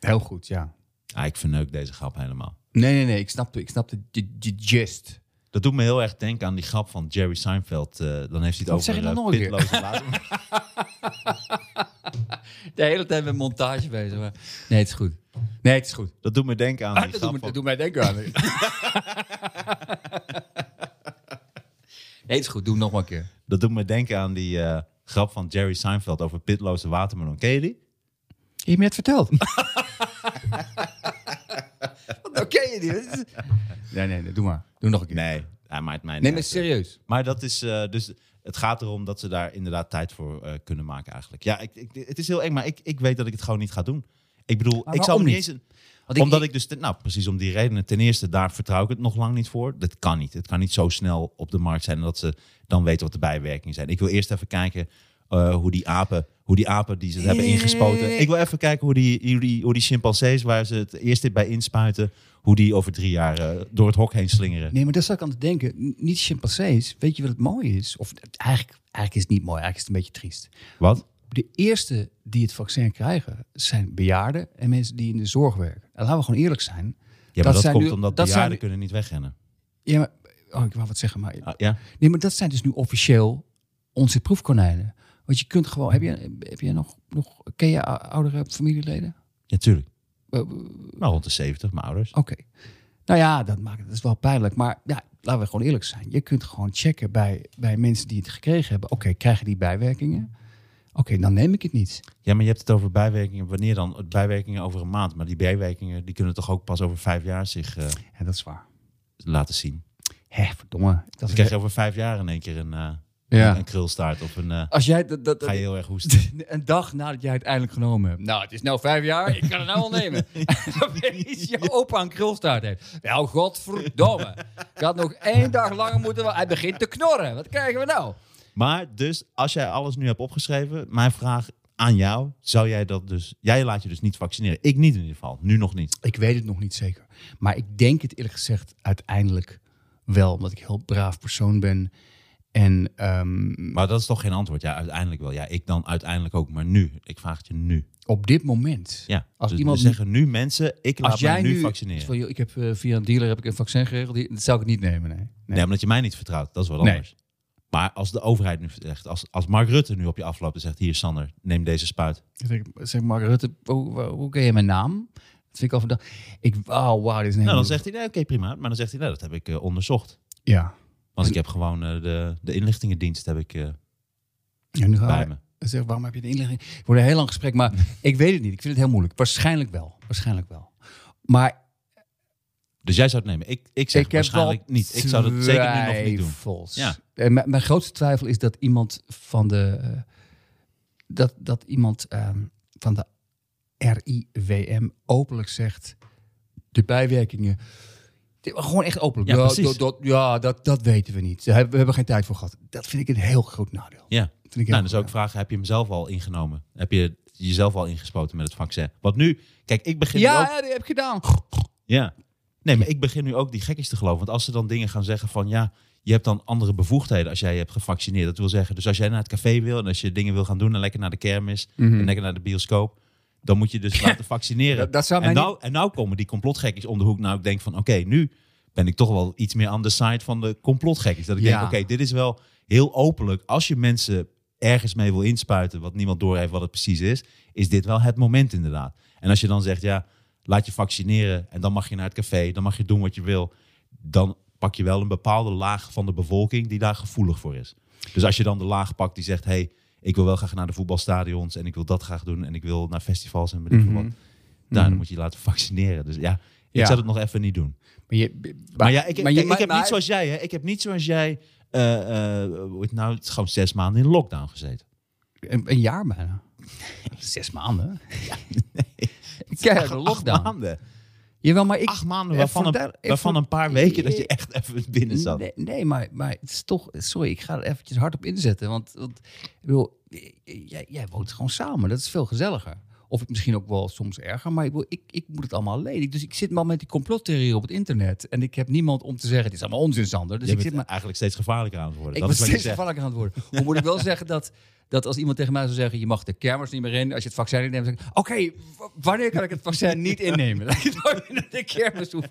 D: Heel goed, ja.
C: ah, ik verneuk deze grap helemaal.
D: Nee, nee, nee. Ik snap, ik snap de, de, de gist.
C: Dat doet me heel erg denken aan die grap van Jerry Seinfeld. eh, dan heeft hij het
D: Dat zeg
C: over
D: je
C: eh,
D: dan nog een keer.
C: pitloze water.
D: De hele tijd met montage bezig. Maar... Nee, het is goed. Nee, het is goed.
C: dat doet me denken aan die
D: Ah, dat,
C: grap
D: doet,
C: van...
D: me- dat doet mij denken aan. nee, het is goed. Doe hem nog maar een keer.
C: Dat doet me denken aan die eh, grap van Jerry Seinfeld over pitloze watermeloen. Ken je die?
D: Je hebt me het verteld. Oké, je die. Nee, nee, nee, doe maar. Doe nog een keer.
C: Nee, hij maakt mij niet
D: Nee, maar
C: uit.
D: serieus.
C: Maar dat is eh, dus. Het gaat erom dat ze daar inderdaad tijd voor eh, kunnen maken, eigenlijk. Ja, ik, ik, het is heel eng, maar ik, ik weet dat ik het gewoon niet ga doen. Ik bedoel, ik zal
D: waarom
C: me niet
D: niet?
C: eens. een-
D: Want ik-
C: omdat
D: ik-
C: ik, dus. ten- nou, precies om die redenen. Ten eerste, daar vertrouw ik het nog lang niet voor. Dat kan niet. Het kan niet zo snel op de markt zijn dat ze dan weten wat de bijwerkingen zijn. Ik wil eerst even kijken eh, hoe die apen. Hoe die apen die ze het hebben
D: nee, nee,
C: ingespoten.
D: nee, nee.
C: Ik wil even kijken hoe die, hoe die, hoe die chimpansees waar ze het eerst dit bij inspuiten. Hoe die over drie jaar eh, door het hok heen slingeren.
D: Nee, maar dat zou ik aan het denken. N- Niet chimpansees. Weet je wat het mooie is? Of eh, eigenlijk, eigenlijk is het niet mooi. Eigenlijk is het een beetje triest.
C: Wat?
D: De eerste die het vaccin krijgen zijn bejaarden en mensen die in de zorg werken. En laten we gewoon eerlijk zijn.
C: Ja, maar dat,
D: zijn
C: komt
D: nu-
C: omdat
D: dat
C: bejaarden
D: zijn-
C: kunnen niet wegrennen.
D: Ja, maar, oh, ik wou wat zeggen, maar...
C: Ah, ja.
D: Nee, maar dat zijn dus nu officieel onze proefkonijnen. Want je kunt gewoon... Heb je, heb je nog, nog... Ken je ou- oudere familieleden?
C: Ja, tuurlijk.
D: Eh,
C: Nou, rond de 70, mijn ouders.
D: Oké. Nou ja, dat maakt het dat is wel pijnlijk. Maar ja, laten we gewoon eerlijk zijn. Je kunt gewoon checken bij, bij mensen die het gekregen hebben. Oké, krijgen die bijwerkingen? Oké, dan neem ik het niet.
C: Ja, maar je hebt het over bijwerkingen. Wanneer dan? Het Bijwerkingen over een maand. Maar die bijwerkingen die kunnen toch ook pas over vijf jaar zich eh,
D: Ja, dat is waar.
C: laten zien.
D: Hé, Eh, verdomme. Dat
C: Dan
D: is
C: krijg je over vijf jaar in één keer een, eh,
D: ja.
C: een krulstaart of een... eh,
D: Als jij dat, dat,
C: ga je heel erg hoesten.
D: een dag nadat jij het eindelijk genomen hebt. Nou, het is nou vijf jaar, ik kan het nou al nemen. Opeens je opa een krulstaart heeft. Nou, godverdomme. Ik had nog één dag langer moeten... wa- Hij begint te knorren. Wat krijgen we nou?
C: Maar dus, als jij alles nu hebt opgeschreven, mijn vraag aan jou, zou jij dat dus... Jij laat je dus niet vaccineren. Ik niet in ieder geval. Nu nog niet.
D: Ik weet het nog niet zeker. Maar ik denk het eerlijk gezegd uiteindelijk wel. Omdat ik een heel braaf persoon ben. En ehm,
C: Maar dat is toch geen antwoord? Ja, uiteindelijk wel. Ja, ik dan uiteindelijk ook. Maar nu. Ik vraag het je nu.
D: op dit moment.
C: Ja.
D: Als
C: Als dus,
D: iemand
C: iemand zeggen nu mensen, ik laat
D: als jij
C: mij nu,
D: nu
C: vaccineren.
D: Van, joh, ik heb eh, via een dealer heb ik een vaccin geregeld. die- Dat zou ik niet nemen. Nee.
C: Nee,
D: Nee.
C: omdat je mij niet vertrouwt. Dat is wat
D: Nee.
C: anders. Maar als de overheid nu zegt, als, als Mark Rutte nu op je afloopt en zegt: Hier, Sander, neem deze spuit.
D: Dan Zeg, ik- zeg Mark Rutte, hoe, waar- hoe ken je mijn naam? Dat vind ik al vandaag. Ik, wauw, wauw, dit is een
C: Nou,
D: hele-
C: dan zegt hij: nee, Oké, prima. Maar dan zegt hij: nee, Dat heb ik eh, onderzocht.
D: Ja.
C: Want ik heb gewoon eh, de, de inlichtingendienst heb ik, eh,
D: ja nu
C: bij
D: gaan
C: me.
D: we- zeg, waarom heb je de inleiding? Het wordt een heel lang gesprek, maar ik weet het niet. Ik vind het heel moeilijk. Waarschijnlijk wel. Waarschijnlijk wel. Maar
C: Dus jij zou het nemen. Ik, ik zeg waarschijnlijk
D: wel
C: niet. Ik zou dat zeker nu nog niet doen.
D: twijfels.
C: Ja.
D: Eh, mijn, mijn grootste twijfel is dat iemand van de eh, dat, dat iemand ehm, van de RIWM openlijk zegt de bijwerkingen. die- Gewoon echt openlijk.
C: Ja,
D: Ja,
C: precies.
D: dat, dat, ja dat, dat weten we niet. Daar hebben- We hebben geen tijd voor gehad. Dat vind ik een heel groot nadeel.
C: Ja.
D: Dat Vind ik
C: Nou,
D: heel
C: dan
D: groot
C: zou ik vragen: Heb je hem zelf al ingenomen? Heb je jezelf al ingespoten met het vaccin? Want nu, kijk, ik begin.
D: nadeel.
C: nu ook-
D: Ja, ja, die heb ik gedaan.
C: Ja. Nee, maar ik begin nu ook die gekkies te geloven. Want als ze dan dingen gaan zeggen van ja, je hebt dan andere bevoegdheden als jij je hebt gevaccineerd. Dat wil zeggen, dus als jij naar het café wil en als je dingen wil gaan doen en lekker naar de kermis en lekker naar de bioscoop, dan moet je dus laten vaccineren.
D: Mhm. Dat- dat zou
C: en,
D: mij
C: nou, en nou komen die complotgekkies om de hoek. Nou, ik denk van oké, nu ben ik toch wel iets meer aan de side van de complotgekkies. Dat ik
D: Ja.
C: denk, oké, dit is wel heel openlijk. Als je mensen ergens mee wil inspuiten wat niemand doorheeft wat het precies is, is dit wel het moment inderdaad. En als je dan zegt, ja, laat je vaccineren en dan mag je naar het café, dan mag je doen wat je wil, dan pak je wel een bepaalde laag van de bevolking die daar gevoelig voor is. Dus als je dan de laag pakt die zegt, hey, ik wil wel graag naar de voetbalstadions en ik wil dat graag doen en ik wil naar festivals en weet ik veel wat. Nou, dan moet je je laten vaccineren. Dus ja, ik
D: Mhm. Ja.
C: zou het nog even niet doen.
D: Maar, je, maar,
C: Maar ja, ik,
D: maar je-
C: ik, ik heb
D: maar-
C: niet zoals jij, hè? Ik heb niet zoals jij, eh, eh, hoe het nou, het is gewoon zes maanden in lockdown gezeten.
D: Een, een jaar bijna. Zes maanden. Ja. Keiharde
C: Acht
D: lockdown.
C: maanden.
D: Jawel, maar ik...
C: Acht maanden,
D: eh,
C: waarvan,
D: vertel-
C: een,
D: ik
C: waarvan
D: ver-
C: een paar weken dat je echt even binnen zat.
D: Nee, nee, maar, maar het is toch... Sorry, ik ga er eventjes hard op inzetten. Want, want ik bedoel, eh, jij, jij woont gewoon samen. Dat is veel gezelliger. Of misschien ook wel soms erger. Maar ik, bedoel, ik, ik moet het allemaal alleen. Dus ik zit maar met die complottheorie op het internet. En ik heb niemand om te zeggen... Het is allemaal onzin, Sander. Dus
C: je
D: ik zit
C: bent
D: maar...
C: eigenlijk steeds gevaarlijker aan het worden.
D: Ik
C: dat
D: ben
C: is wat je
D: steeds
C: zegt.
D: gevaarlijker aan het worden. Hoe moet ik wel zeggen dat, dat als iemand tegen mij zou zeggen... je mag de kermis niet meer in als je het vaccin inneemt... zeg ik, oké, w- wanneer kan ik het vaccin niet innemen? Dat ik nooit meer naar de kermis hoef.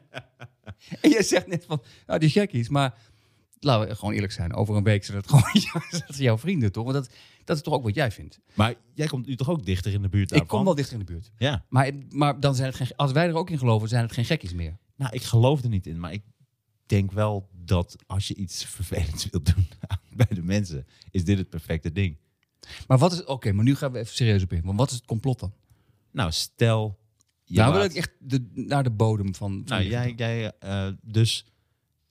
D: En jij zegt net van, nou die gekkies, maar... Laten we gewoon eerlijk zijn, over een week zijn het gewoon dat zijn jouw vrienden, toch? Want dat, dat is toch ook wat jij vindt?
C: Maar jij komt nu toch ook dichter in de buurt
D: ik kom
C: daarvan?
D: wel dichter in de buurt.
C: Ja.
D: Maar, maar dan zijn het geen, als wij er ook in geloven, zijn het geen gekkies meer.
C: Nou, ik geloof er niet in, maar ik denk wel dat als je iets vervelends wilt doen aan- bij de mensen, is dit het perfecte ding.
D: Maar wat is... Oké, maar nu gaan we even serieus op in. Want wat is het complot dan?
C: Nou, stel... je
D: nou
C: laat-
D: wil ik echt de, naar de bodem van... van
C: nou
D: dit.
C: jij, jij eh, dus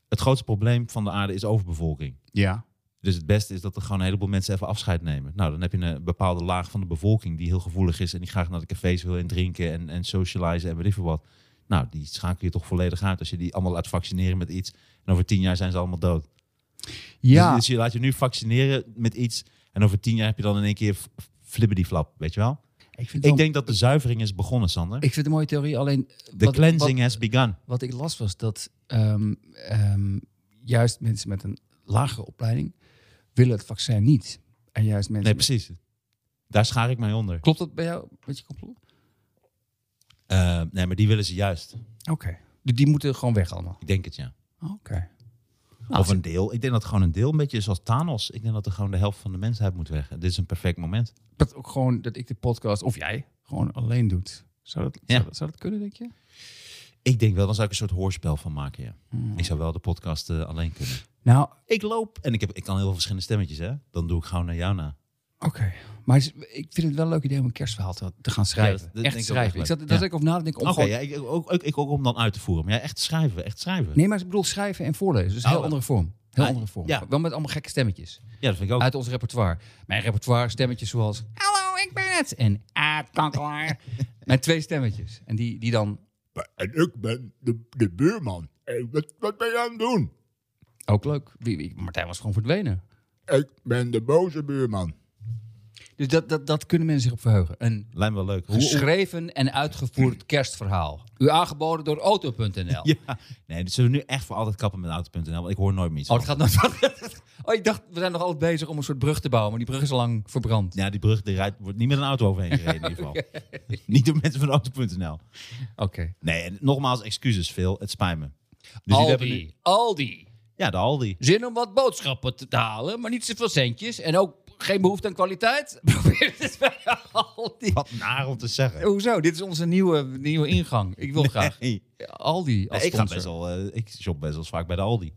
C: het grootste probleem van de aarde is overbevolking.
D: Ja.
C: Dus het beste is dat er gewoon een heleboel mensen even afscheid nemen. Nou, dan heb je een bepaalde laag van de bevolking die heel gevoelig is en die graag naar de cafés wil en drinken en, en socializen en weet ik veel wat. Nou, die schakel je toch volledig uit als je die allemaal laat vaccineren met iets. En over tien jaar zijn ze allemaal dood.
D: Ja.
C: Dus, dus je laat je nu vaccineren met iets. En over tien jaar heb je dan in één keer f- flipperdieflap, weet je wel?
D: ik, vind het
C: Ik
D: wel-
C: denk dat de zuivering is begonnen, Sander.
D: ik vind het een mooie theorie, alleen...
C: De cleansing has begun.
D: Wat, wat ik las was dat ehm, ehm, juist mensen met een lagere opleiding willen het vaccin niet. En juist mensen...
C: Nee, precies. Daar schaar ik mij onder.
D: Klopt dat bij jou? Met je complot?
C: Eh, nee, maar die willen ze juist.
D: Oké. Die, Dus die moeten gewoon weg allemaal.
C: Ik denk het, ja.
D: Oké.
C: of een deel. Ik denk dat gewoon een deel, een beetje zoals Thanos. Ik denk dat er gewoon de helft van de mensheid moet weg. En dit is een perfect moment.
D: Dat ook gewoon dat ik de podcast, of jij, gewoon alleen doet. Zou dat,
C: Ja.
D: zou, dat- zou dat kunnen, denk je?
C: Ik denk wel, dan zou ik een soort hoorspel van maken, ja. Ik zou wel de podcast eh, alleen kunnen.
D: Nou,
C: Hmm. Ik loop. En ik, heb, ik kan heel veel verschillende stemmetjes, hè. Dan doe ik gewoon naar jou na.
D: Oké, maar het is- ik vind het wel een leuk idee om een kerstverhaal te, te gaan
C: Ja,
D: schrijven.
C: dat- dat denk ik
D: echt
C: ook echt
D: schrijven.
C: leuk.
D: Ik zat, daar
C: Ja.
D: zat ik over na te denken. Om
C: Oké,
D: gewoon-
C: ja, ik, ook, ook, ik ook om dan uit te voeren. Maar ja, echt schrijven, echt schrijven.
D: Nee, maar ik bedoel schrijven en voorlezen. Dus een heel
C: Oh.
D: andere vorm. Heel
C: Ah,
D: andere vorm.
C: ja.
D: Wel met allemaal gekke stemmetjes.
C: Ja, dat vind ik ook.
D: Uit ons repertoire. Mijn repertoire stemmetjes zoals... Hallo, ik ben het. En aardkankelaar. Mijn twee stemmetjes. En die, die dan
B: En ik ben de, de buurman. En wat, wat ben je aan het doen?
D: ook leuk. Wie, wie- Martijn was gewoon verdwenen.
B: Ik ben de boze buurman.
D: Dus dat, dat, dat kunnen mensen zich op verheugen. Een
C: Lijkt me wel leuk. Hoe- hoe-
D: geschreven en uitgevoerd kerstverhaal. U aangeboden door auto.nl.
C: Ja. Nee, dus zullen we nu echt voor altijd kappen met auto.nl. Want ik hoor nooit meer iets
D: Oh,
C: van.
D: het gaat nooit. Oh, ik dacht, we zijn nog altijd bezig om een soort brug te bouwen, maar die brug is al lang verbrand.
C: Ja, die brug die rijdt, wordt niet met een auto overheen gereden in ieder geval. Niet door mensen van auto.nl.
D: Oké.
C: Nee, en nogmaals, excuses veel. Het spijt me. Dus jullie hebben nu-
D: Aldi. Aldi.
C: ja, de Aldi.
D: Zin om wat boodschappen te te halen, maar niet zoveel centjes. En ook geen behoefte aan kwaliteit. Probeer het eens bij Aldi.
C: Wat naar om te zeggen.
D: Hoezo? Dit is onze nieuwe, nieuwe ingang. Ik wil graag
C: Hey.
D: Aldi als
C: Nee, ik, ga
D: sponsor.
C: best wel, eh, ik shop best wel eens vaak bij de Aldi.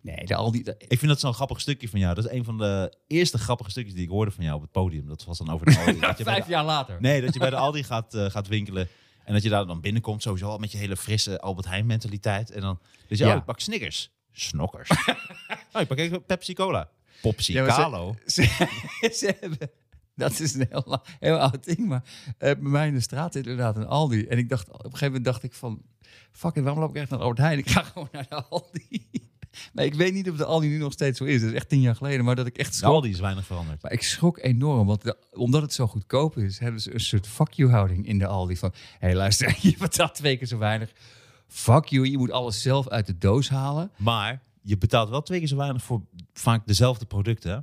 D: Nee, de Aldi... de-
C: Ik vind dat zo'n grappig stukje van jou. Dat is een van de eerste grappige stukjes die ik hoorde van jou op het podium. Dat was dan over de Aldi. Dat je bij de-
D: Vijf jaar later.
C: Nee, dat je bij de Aldi gaat, eh, gaat winkelen. En dat je daar dan binnenkomt, sowieso al met je hele frisse Albert Heijn mentaliteit. En dan, dus ja,
D: Ja.
C: oh, ik pak Snickers. Snokkers. oh, ik pak even Pepsi Cola. Popsi
D: Ja, maar ze-
C: Calo.
D: Ze, ze hebben, dat is een heel, la- heel oud ding, maar eh, bij mij in de straat zit inderdaad een Aldi. En ik dacht, op een gegeven moment dacht ik van, fuck it, waarom loop ik echt naar de Albert Heijn? Ik ga gewoon naar de Aldi. Maar ik weet niet of de Aldi nu nog steeds zo is. Dat is echt tien jaar geleden, maar dat ik echt
C: De
D: schrok.
C: Aldi is weinig veranderd.
D: Maar ik schrok enorm, want de- omdat het zo goedkoop is, hebben ze een soort fuck you houding in de Aldi. Van, hé hey, luister, je betaalt twee keer zo weinig. Fuck you, je moet alles zelf uit de doos halen.
C: Maar je betaalt wel twee keer zo weinig voor vaak dezelfde producten. hè?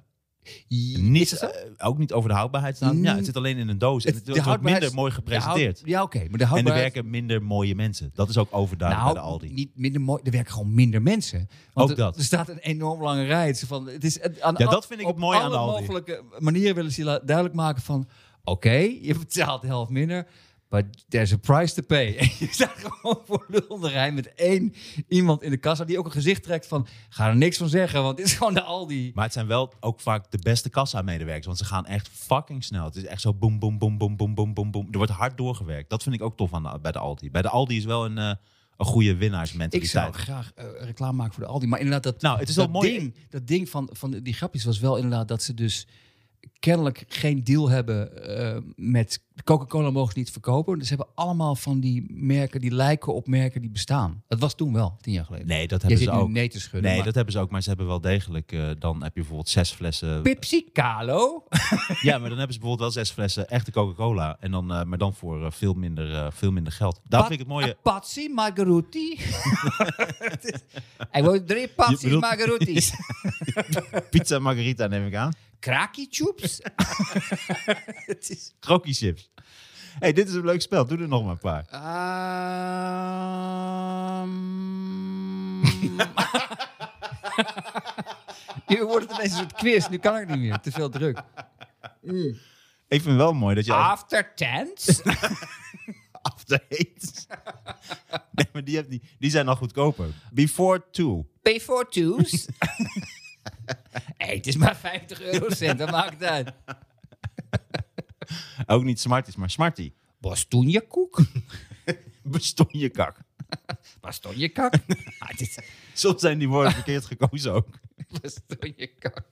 C: Niet, eh, ook niet over de houdbaarheid staan. Ja, het zit alleen in een doos. en het wordt
D: houdbaarheid-
C: minder mooi
D: Mm. de houd-
C: gepresenteerd.
D: Ja, oké, maar de
C: en er
D: houdbaarheid...
C: werken minder mooie mensen. Dat is ook overduidelijk bij
D: Nou,
C: de Aldi.
D: niet minder mooi. Er werken gewoon minder mensen. Want
C: Ook
D: er-
C: dat.
D: Er staat een enorm lange rij. Het is van, het is, het- aan
C: Ja,
D: al-
C: dat vind ik het
D: op
C: mooie aan
D: alle
C: de Aldi.
D: mogelijke manieren willen ze je la- duidelijk maken van... Oké, je betaalt de helft minder, but there's a price to pay. En je staat gewoon voor lul in de rij met één iemand in de kassa... die ook een gezicht trekt van... Ga er niks van zeggen, want dit is gewoon de Aldi.
C: Maar het zijn wel ook vaak de beste kassa-medewerkers. Want ze gaan echt fucking snel. Het is echt zo boem, boem, boem, boem, boem, boem, boem, boem. Er wordt hard doorgewerkt. Dat vind ik ook tof aan de, bij de Aldi. Bij de Aldi is wel een, eh, een goede
D: Ik zou
C: winnaarsmentaliteit.
D: graag eh, reclame maken voor de Aldi. Maar inderdaad, dat,
C: Nou, het is
D: dat
C: wel mooi.
D: ding, dat ding van, van die grapjes was wel inderdaad dat ze dus... kennelijk geen deal hebben eh, met Coca-Cola mogen ze niet verkopen. Dus ze hebben allemaal van die merken die lijken op merken die bestaan. Dat was toen wel, tien jaar geleden.
C: Nee, dat
D: Je
C: hebben
D: zit
C: ze
D: nu
C: ook.
D: nee te schudden.
C: Nee,
D: maar-
C: dat hebben ze ook, maar ze hebben wel degelijk. eh, dan heb je bijvoorbeeld zes flessen.
D: Pepsi Calo?
C: Ja, maar dan hebben ze bijvoorbeeld wel zes flessen echte Coca-Cola. En dan, eh, maar dan voor eh, veel, minder, eh, veel minder geld. Daar vind ik het mooie.
D: Patsy Margaruti. Het is- Hij wil drie
C: Je
D: Patsy
C: bedoelt-
D: Margarutis.
C: Pizza margarita neem ik aan.
D: Kraki Chups. Het is...
C: Krokie chips. hey, dit is een leuk spel. Doe er nog maar een paar.
D: Ehm. Nu wordt het ineens een soort quiz. Nu kan ik niet meer. Te veel druk.
C: Ik vind het wel mooi dat je...
D: After tents?
C: After Eight. nee, maar die, heb, die, die zijn al goedkoper. Before Two.
D: Pay for twos? hey, het is maar 50 eurocent. Dat maakt het uit.
C: Ook niet Smarties, maar Smarty.
D: Bastonje koek?
C: Bestond je kak.
D: Bastonje kak? Ah, het is
C: Soms zijn die woorden verkeerd gekozen ook.
D: bastonje kak.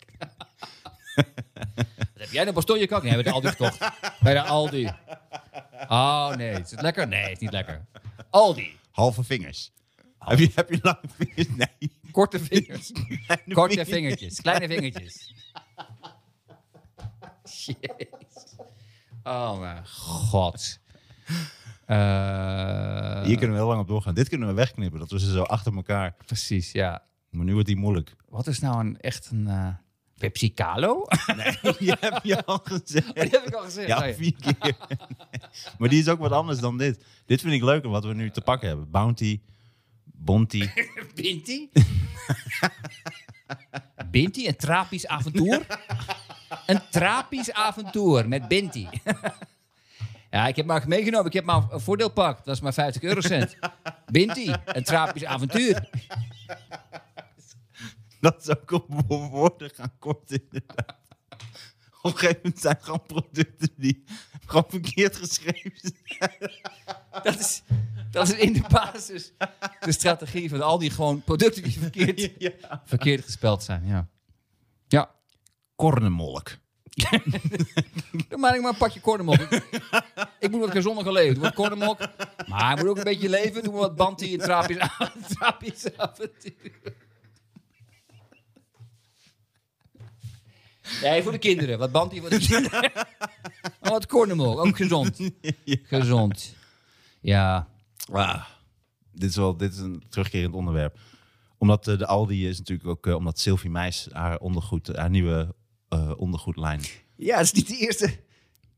D: Wat heb jij nou bastonje kak? Nee, hebben we de Aldi gekocht. Bij de Aldi. Oh nee, is het lekker? Nee, het is niet lekker. Aldi.
C: Halve vingers. Heb je, heb je lange vingers? Nee.
D: Korte vingers.
C: Kleine
D: Korte vingertjes. Kleine vingertjes. Jezus. Oh mijn god. Eh,
C: Hier kunnen we heel lang op doorgaan. Dit kunnen we wegknippen. Dat we ze zo achter elkaar.
D: precies, ja.
C: Maar nu wordt die moeilijk.
D: Wat is nou een echt een... eh, Pepsi Calo?
C: Die heb je al gezegd.
D: Die heb ik al gezegd. Oh,
C: Ja,
D: ja.
C: vier keer. maar die is ook wat anders dan dit. Dit vind ik leuker wat we nu te pakken hebben. Bounty, Bonty.
D: Binti? Binti, een trapisch avontuur? Een trapisch avontuur met Binti. Ja, ik heb maar meegenomen. Ik heb maar een voordeelpak. Dat is maar 50 eurocent. Binti, een trapisch avontuur.
C: Dat is ook op wo- woorden gaan kort inderdaad. Op een gegeven moment zijn er gewoon producten die gewoon verkeerd geschreven zijn.
D: Dat is, dat is in de basis de strategie van al die gewoon producten die verkeerd,
C: Ja.
D: verkeerd gespeld zijn. Ja. ja.
C: Kornemolk.
D: Dan maak ik maar een pakje kornemok. ik moet wat gezonder gaan leven. Het wordt kornemok. Maar ik moet ook een beetje leven. Doe maar wat bantie en trapies aan. Trapies avontuur. Nee, voor de kinderen. Wat bantie voor de kinderen. Maar wat kornemok. Ook gezond. Gezond. Ja.
C: Ah, dit, is wel, dit is een terugkerend onderwerp. Omdat eh, de Aldi is natuurlijk ook... eh, omdat Sylvie Meis haar ondergoed... haar nieuwe eh, ondergoedlijn...
D: Ja, het is niet de eerste...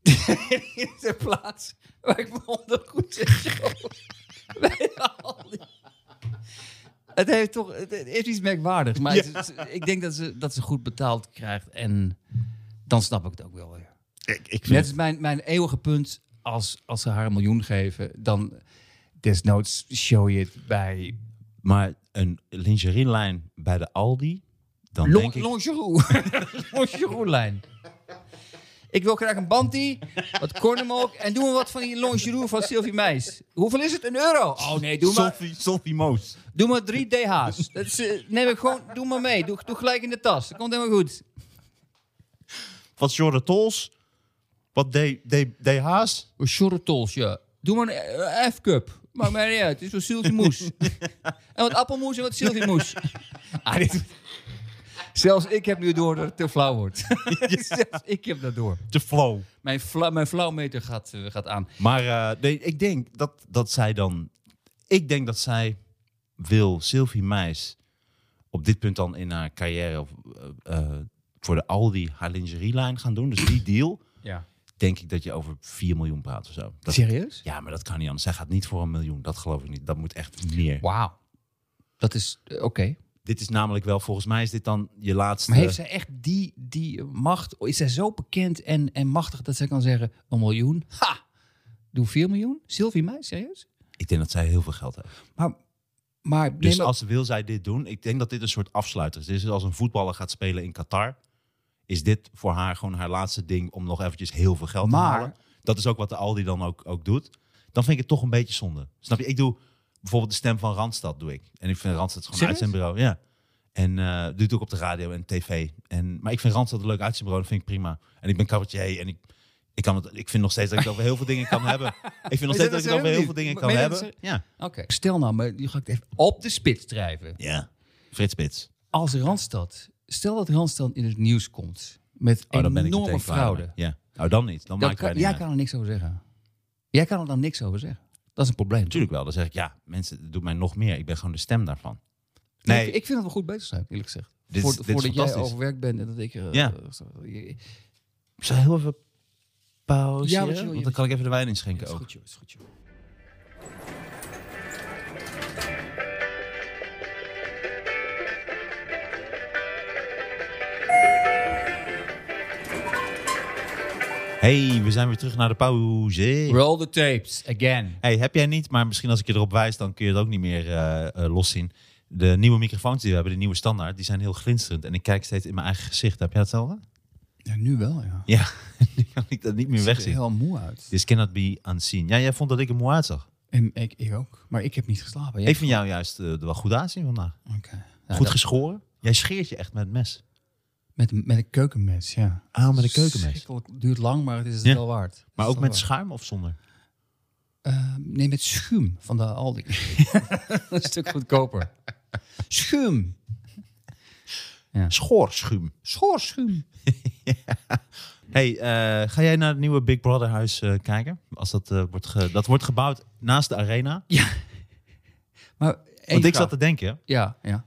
D: De eerste plaats waar ik me ondergoed Bij Het heeft toch het heeft iets merkwaardigs. Maar het is- ik denk dat ze, dat ze goed betaald krijgt. En dan snap ik het ook wel weer.
C: Ik, ik
D: Net is mijn, mijn eeuwige punt. Als, als ze haar een miljoen geven, dan desnoods show je het bij...
C: Maar een lingerielijn bij de Aldi... Dan denk
D: Long,
C: ik...
D: Longeroe. Longeroe-lijn. Ik wil graag een bantie, wat kornemolk en doen we wat van die longeroe van Sylvie Meis. Hoeveel is het? Een euro? Oh nee, doe maar,
C: Sylvie, Sylvie Moos.
D: doe maar drie DH's. Dat is, eh, neem ik gewoon, doe maar mee. Doe, doe gelijk in de tas. Dat komt helemaal goed.
C: Wat Jorre Tols. Wat D, D, D, Haas.
D: Een shortels, ja. Doe maar een eh, F-cup. Maakt mij niet uit. Het is wel Sylvie Moes. en wat appelmoes en wat Sylvie Moes. ah, dit... Zelfs ik heb nu door dat het te flauw wordt. Zelfs ik heb dat door.
C: De Flow.
D: Mijn, fla mijn flauwmeter gaat, eh, gaat aan.
C: Maar eh, nee, ik denk dat, dat zij dan... Ik denk dat zij wil Sylvie Meis op dit punt dan in haar carrière... Of, eh, eh, voor de Aldi haar lingerielijn gaan doen. Dus die deal,
D: Ja.
C: denk ik dat je over 4 miljoen praat of zo. Dat-
D: Serieus?
C: ja, maar dat kan niet anders. Zij gaat niet voor een miljoen. Dat geloof ik niet. Dat moet echt meer.
D: Wauw. Dat is eh, oké.
C: Dit is namelijk wel... Volgens mij is dit dan je laatste...
D: Maar heeft zij echt die, die macht? Is zij zo bekend en, en machtig dat zij kan zeggen: een miljoen? Ha! Doe 4 miljoen? Sylvie mij, serieus?
C: Ik denk dat zij heel veel geld heeft.
D: Maar, maar,
C: Dus
D: nee, maar-
C: als wil zij dit doen, ik denk dat dit een soort afsluiter is. Dit is als een voetballer gaat spelen in Qatar, is dit voor haar gewoon haar laatste ding om nog eventjes heel veel geld
D: Maar-
C: te halen. Dat is ook wat de Aldi dan ook, ook doet. Dan vind ik het toch een beetje zonde. Snap je? Ik doe bijvoorbeeld de stem van Randstad, doe ik. En ik vind Randstad gewoon een
D: Serieus?
C: uitzendbureau. Ja. En eh dit doe ik ook op de radio en tv. En, maar ik vind Randstad een leuk uitzendbureau. Dat vind ik prima. En ik ben cabaretier en ik, ik, kan het, ik vind nog steeds dat ik het over heel veel dingen kan hebben. Ik vind nog steeds
D: dat nou
C: dat ik het
D: serieus
C: over heel
D: niet?
C: veel dingen
D: Maar
C: kan
D: meen je dat
C: hebben. Ja.
D: Oké, stel nou, maar nu ga ik het even op de spits drijven.
C: ja, Frits Spits.
D: Als Randstad, stel dat Randstad in het nieuws komt met
C: Oh, dan ben ik
D: enorme
C: meteen klaar.
D: fraude.
C: Ja. Nou, dan niet. Dan
D: Dan
C: maak ik
D: kan,
C: het niet
D: jij
C: uit.
D: kan er niks over zeggen. Jij kan er dan niks over zeggen. Dat is een probleem.
C: Natuurlijk wel. Dan zeg ik, ja, mensen, het doet mij nog meer. Ik ben gewoon de stem daarvan.
D: Nee.
C: Nee,
D: Ik, ik vind dat we goed bezig zijn, eerlijk gezegd.
C: Dit is-
D: Voor-
C: dit is
D: voordat jij
C: fantastisch.
D: overwerkt bent en dat ik... eh,
C: Ja.
D: eh,
C: ik zou heel even pauze.
D: Ja, wat je wil,
C: want
D: je-
C: dan kan ik even de wijn inschenken ook.
D: joh, is goed joh.
C: hey, we zijn weer terug naar de pauze.
D: Roll the tapes, again.
C: Hey, heb jij niet, maar misschien als ik je erop wijs, dan kun je het ook niet meer eh, eh, loszien. De nieuwe microfoons die we hebben, de nieuwe standaard, die zijn heel glinsterend. En ik kijk steeds in mijn eigen gezicht. Heb jij hetzelfde?
D: Ja, nu wel ja.
C: Ja, nu kan ik dat niet meer
D: Ik zie er
C: wegzien.
D: heel moe uit.
C: This cannot be unseen. Ja, jij vond dat ik er moe uitzag.
D: En ik, ik ook. Maar ik heb niet geslapen. Jij-
C: Ik vind jou juist eh, er wel goed aanzien vandaag.
D: Oké. Ja,
C: goed
D: Nou, dat-
C: geschoren. Jij scheert je echt met het mes.
D: met, met een keukenmes, ja.
C: Ah, met een keukenmes.
D: Het duurt lang, maar het is het
C: Ja.
D: wel waard. Het
C: Maar
D: is
C: ook
D: wel
C: met
D: waard.
C: schuim of zonder?
D: Eh, nee, met schuim van de Aldi. een stuk goedkoper. Schuim.
C: Schoorschuim.
D: Schoorschuim.
C: Hey, eh, ga jij naar het nieuwe Big Brother huis eh, kijken? Als dat, eh, wordt ge- dat wordt gebouwd naast de arena.
D: Maar één
C: Want ik
D: vraag.
C: zat te denken,
D: Ja, ja.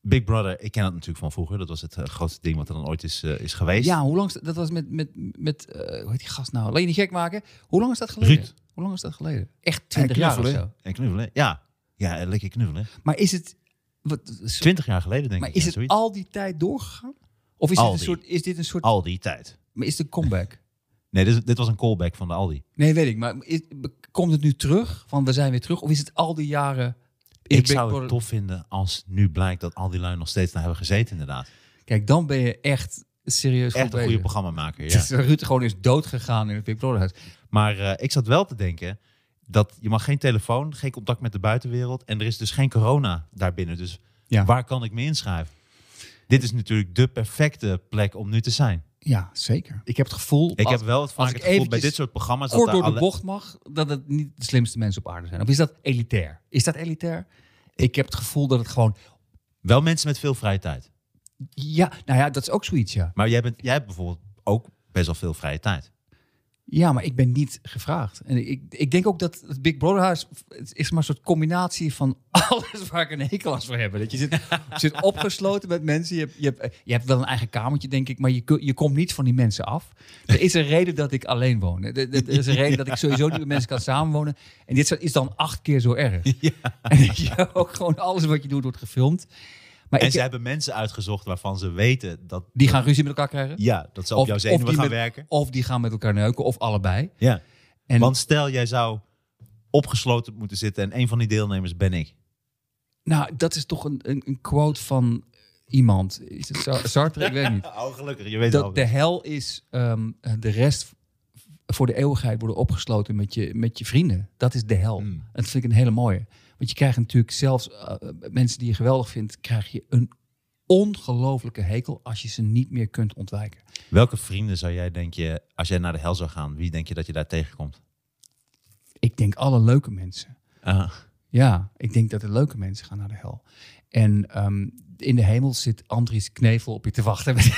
C: Big Brother, ik ken dat natuurlijk van vroeger. Dat was het eh, grootste ding wat er dan ooit is, eh, is geweest.
D: Ja, hoe lang... is- Dat was met... met, met eh, hoe heet die gast nou? Laat je niet gek maken. Hoe lang is dat geleden?
C: Ruud.
D: Hoe lang is dat geleden? Echt 20
C: En
D: jaar of
C: knuffelen.
D: zo.
C: En knuffelen, ja. Ja, eh, lekker knuffelen.
D: Maar is het... Wat,
C: Twintig jaar geleden denk
D: maar
C: ik.
D: is
C: ja,
D: het
C: zoiets.
D: al die tijd doorgegaan? Of is dit een
C: Aldi.
D: soort... Is dit een soort...
C: Al die tijd.
D: Maar is het een comeback?
C: Nee, dit, is- dit was een callback van de Aldi.
D: Nee, weet ik. Maar is- komt het nu terug? Van we zijn weer terug? Of is het al die jaren... in
C: ik
D: Big
C: zou het
D: Brother-
C: tof vinden als nu blijkt dat al die lui nog steeds naar hebben gezeten inderdaad.
D: Kijk, dan ben je echt serieus
C: Echt
D: goed
C: een goede
D: bezig.
C: programmamaker, ja.
D: Dus Ruud gewoon is doodgegaan in het Big Brother huis.
C: Maar eh, ik zat wel te denken dat je mag geen telefoon, geen contact met de buitenwereld. En er is dus geen corona daarbinnen. Dus
D: Ja.
C: waar kan ik me inschrijven? Dit is natuurlijk de perfecte plek om nu te zijn.
D: Ja, zeker. Ik heb het gevoel...
C: Ik
D: als-
C: heb wel het vaak
D: ik
C: het gevoel bij
D: eventjes
C: dit soort programma's... dat
D: kort
C: daar
D: door de
C: alle-
D: bocht mag, dat het niet de slimste mensen op aarde zijn. Of is dat elitair? Is dat elitair? Ik heb het gevoel dat het gewoon...
C: Wel mensen met veel vrije tijd.
D: Ja, nou ja, dat is ook zoiets, ja.
C: Maar jij, bent, jij hebt bijvoorbeeld ook best wel veel vrije tijd.
D: Ja, maar ik ben niet gevraagd. En ik, ik denk ook dat het Big Brother huis... Het is maar een soort combinatie van alles waar ik een hekel aan zou hebben. Dat je zit, je zit opgesloten met mensen. Je hebt, je, hebt, je hebt wel een eigen kamertje, denk ik. Maar je, kun- je komt niet van die mensen af. Er is een reden dat ik alleen woon. Er, er- er is een reden dat ik sowieso niet met mensen kan samenwonen. En dit soort is dan acht keer zo erg. En dat je ook gewoon alles wat je doet wordt gefilmd. Maar
C: En
D: ik-
C: ze hebben mensen uitgezocht waarvan ze weten dat...
D: die gaan ruzie met elkaar krijgen.
C: Ja, dat ze op jouw zenuwen
D: die
C: gaan
D: met-
C: werken.
D: Of die gaan met elkaar neuken, of allebei.
C: Ja.
D: En
C: Want stel, jij zou opgesloten moeten zitten en een van die deelnemers ben ik.
D: nou, dat is toch een, een, een quote van iemand. Is het Sar- Sartre? Ik weet niet.
C: Oh, gelukkig. Je weet het al.
D: Dat de hel is ehm, de rest voor de eeuwigheid worden opgesloten met je, met je vrienden. Dat is de hel.
C: Mm.
D: Dat vind ik een hele mooie. Want je krijgt natuurlijk zelfs eh, mensen die je geweldig vindt, krijg je een ongelofelijke hekel als je ze niet meer kunt ontwijken.
C: Welke vrienden zou jij, denk je, als jij naar de hel zou gaan, wie denk je dat je daar tegenkomt?
D: Ik denk alle leuke mensen. Ja, ik denk dat de leuke mensen gaan naar de hel. En ehm, in de hemel zit Andries Knevel op je te wachten met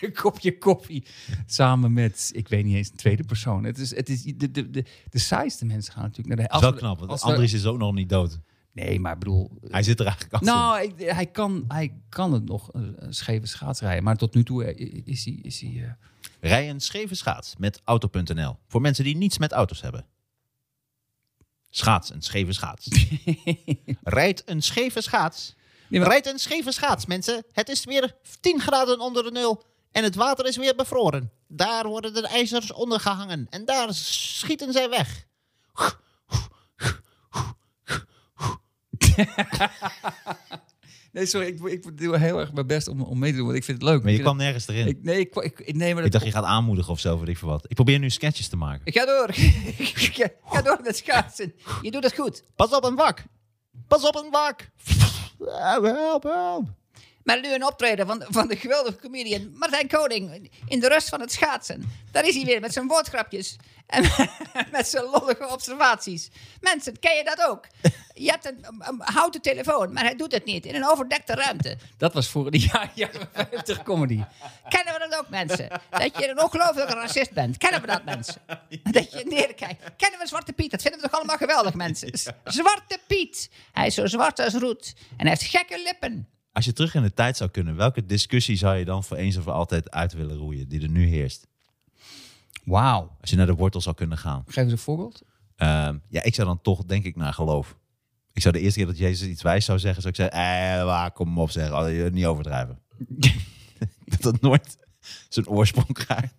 D: een kopje koffie. Samen met, ik weet niet eens, een tweede persoon. Het is, het is, de, de, de, de saaiste mensen gaan natuurlijk naar de hel.
C: dat is wel knap,
D: Als we-
C: want
D: als we-
C: Andries is ook nog niet dood.
D: Nee, maar ik bedoel... eh,
C: Hij zit er eigenlijk achter.
D: nou, ik- hij, kan, hij kan het nog eh, scheve schaats rijden. Maar tot nu toe eh, is hij... Is hij eh,
C: Rij een scheve schaats met auto.nl. Voor mensen die niets met auto's hebben. Schaats, een scheve schaats. Rijd een scheve schaats.
D: Nee, maar-
C: Rijd een scheve schaats, mensen. Het is weer 10 graden onder de nul. En het water is weer bevroren. Daar worden de ijzers onder gehangen. En daar schieten zij weg.
D: Nee, sorry, ik, ik doe heel erg mijn best om, om mee te doen, want ik vind het leuk.
C: Maar je
D: Ik vind
C: kwam nergens
D: het-
C: erin.
D: ik, nee, ik, kwa- ik, ik, nee, maar
C: Ik
D: dat,
C: dacht, je gaat aanmoedigen of zo, weet ik veel wat. Ik probeer nu sketches te maken.
D: Ik ga door. ik ga- ga door met schaatsen. Je doet het goed.
C: Pas op een wak! Pas op een wak! Help, help, help!
E: Maar nu een optreden van, van de geweldige comedian Martijn Koning in de rust van het schaatsen. Daar is hij weer met zijn woordgrapjes en met zijn lollige observaties. Mensen, ken je dat ook? Je hebt een, een houten telefoon, maar hij doet het niet in een overdekte ruimte.
D: Dat was voor de jaren 50 comedy.
E: Kennen we dat ook, mensen? Dat je een ongelooflijke racist bent. Kennen we dat, mensen? Dat je neerkijkt. Kennen we Zwarte Piet? Dat vinden we toch allemaal geweldig, mensen? Z- Zwarte Piet. Hij is zo zwart als roet. En hij heeft gekke lippen.
C: Als je terug in de tijd zou kunnen, welke discussie zou je dan voor eens en voor altijd uit willen roeien die er nu heerst?
D: Wauw.
C: Als je naar de wortel zou kunnen gaan.
D: Geef eens een voorbeeld.
C: Ehm, ja, ik zou dan toch denk ik naar geloof. Ik zou de eerste keer dat Jezus iets wijs zou zeggen, zou ik zeggen, eh, waar, kom op zeg, Oh, je- niet overdrijven. dat dat nooit zijn oorsprong krijgt.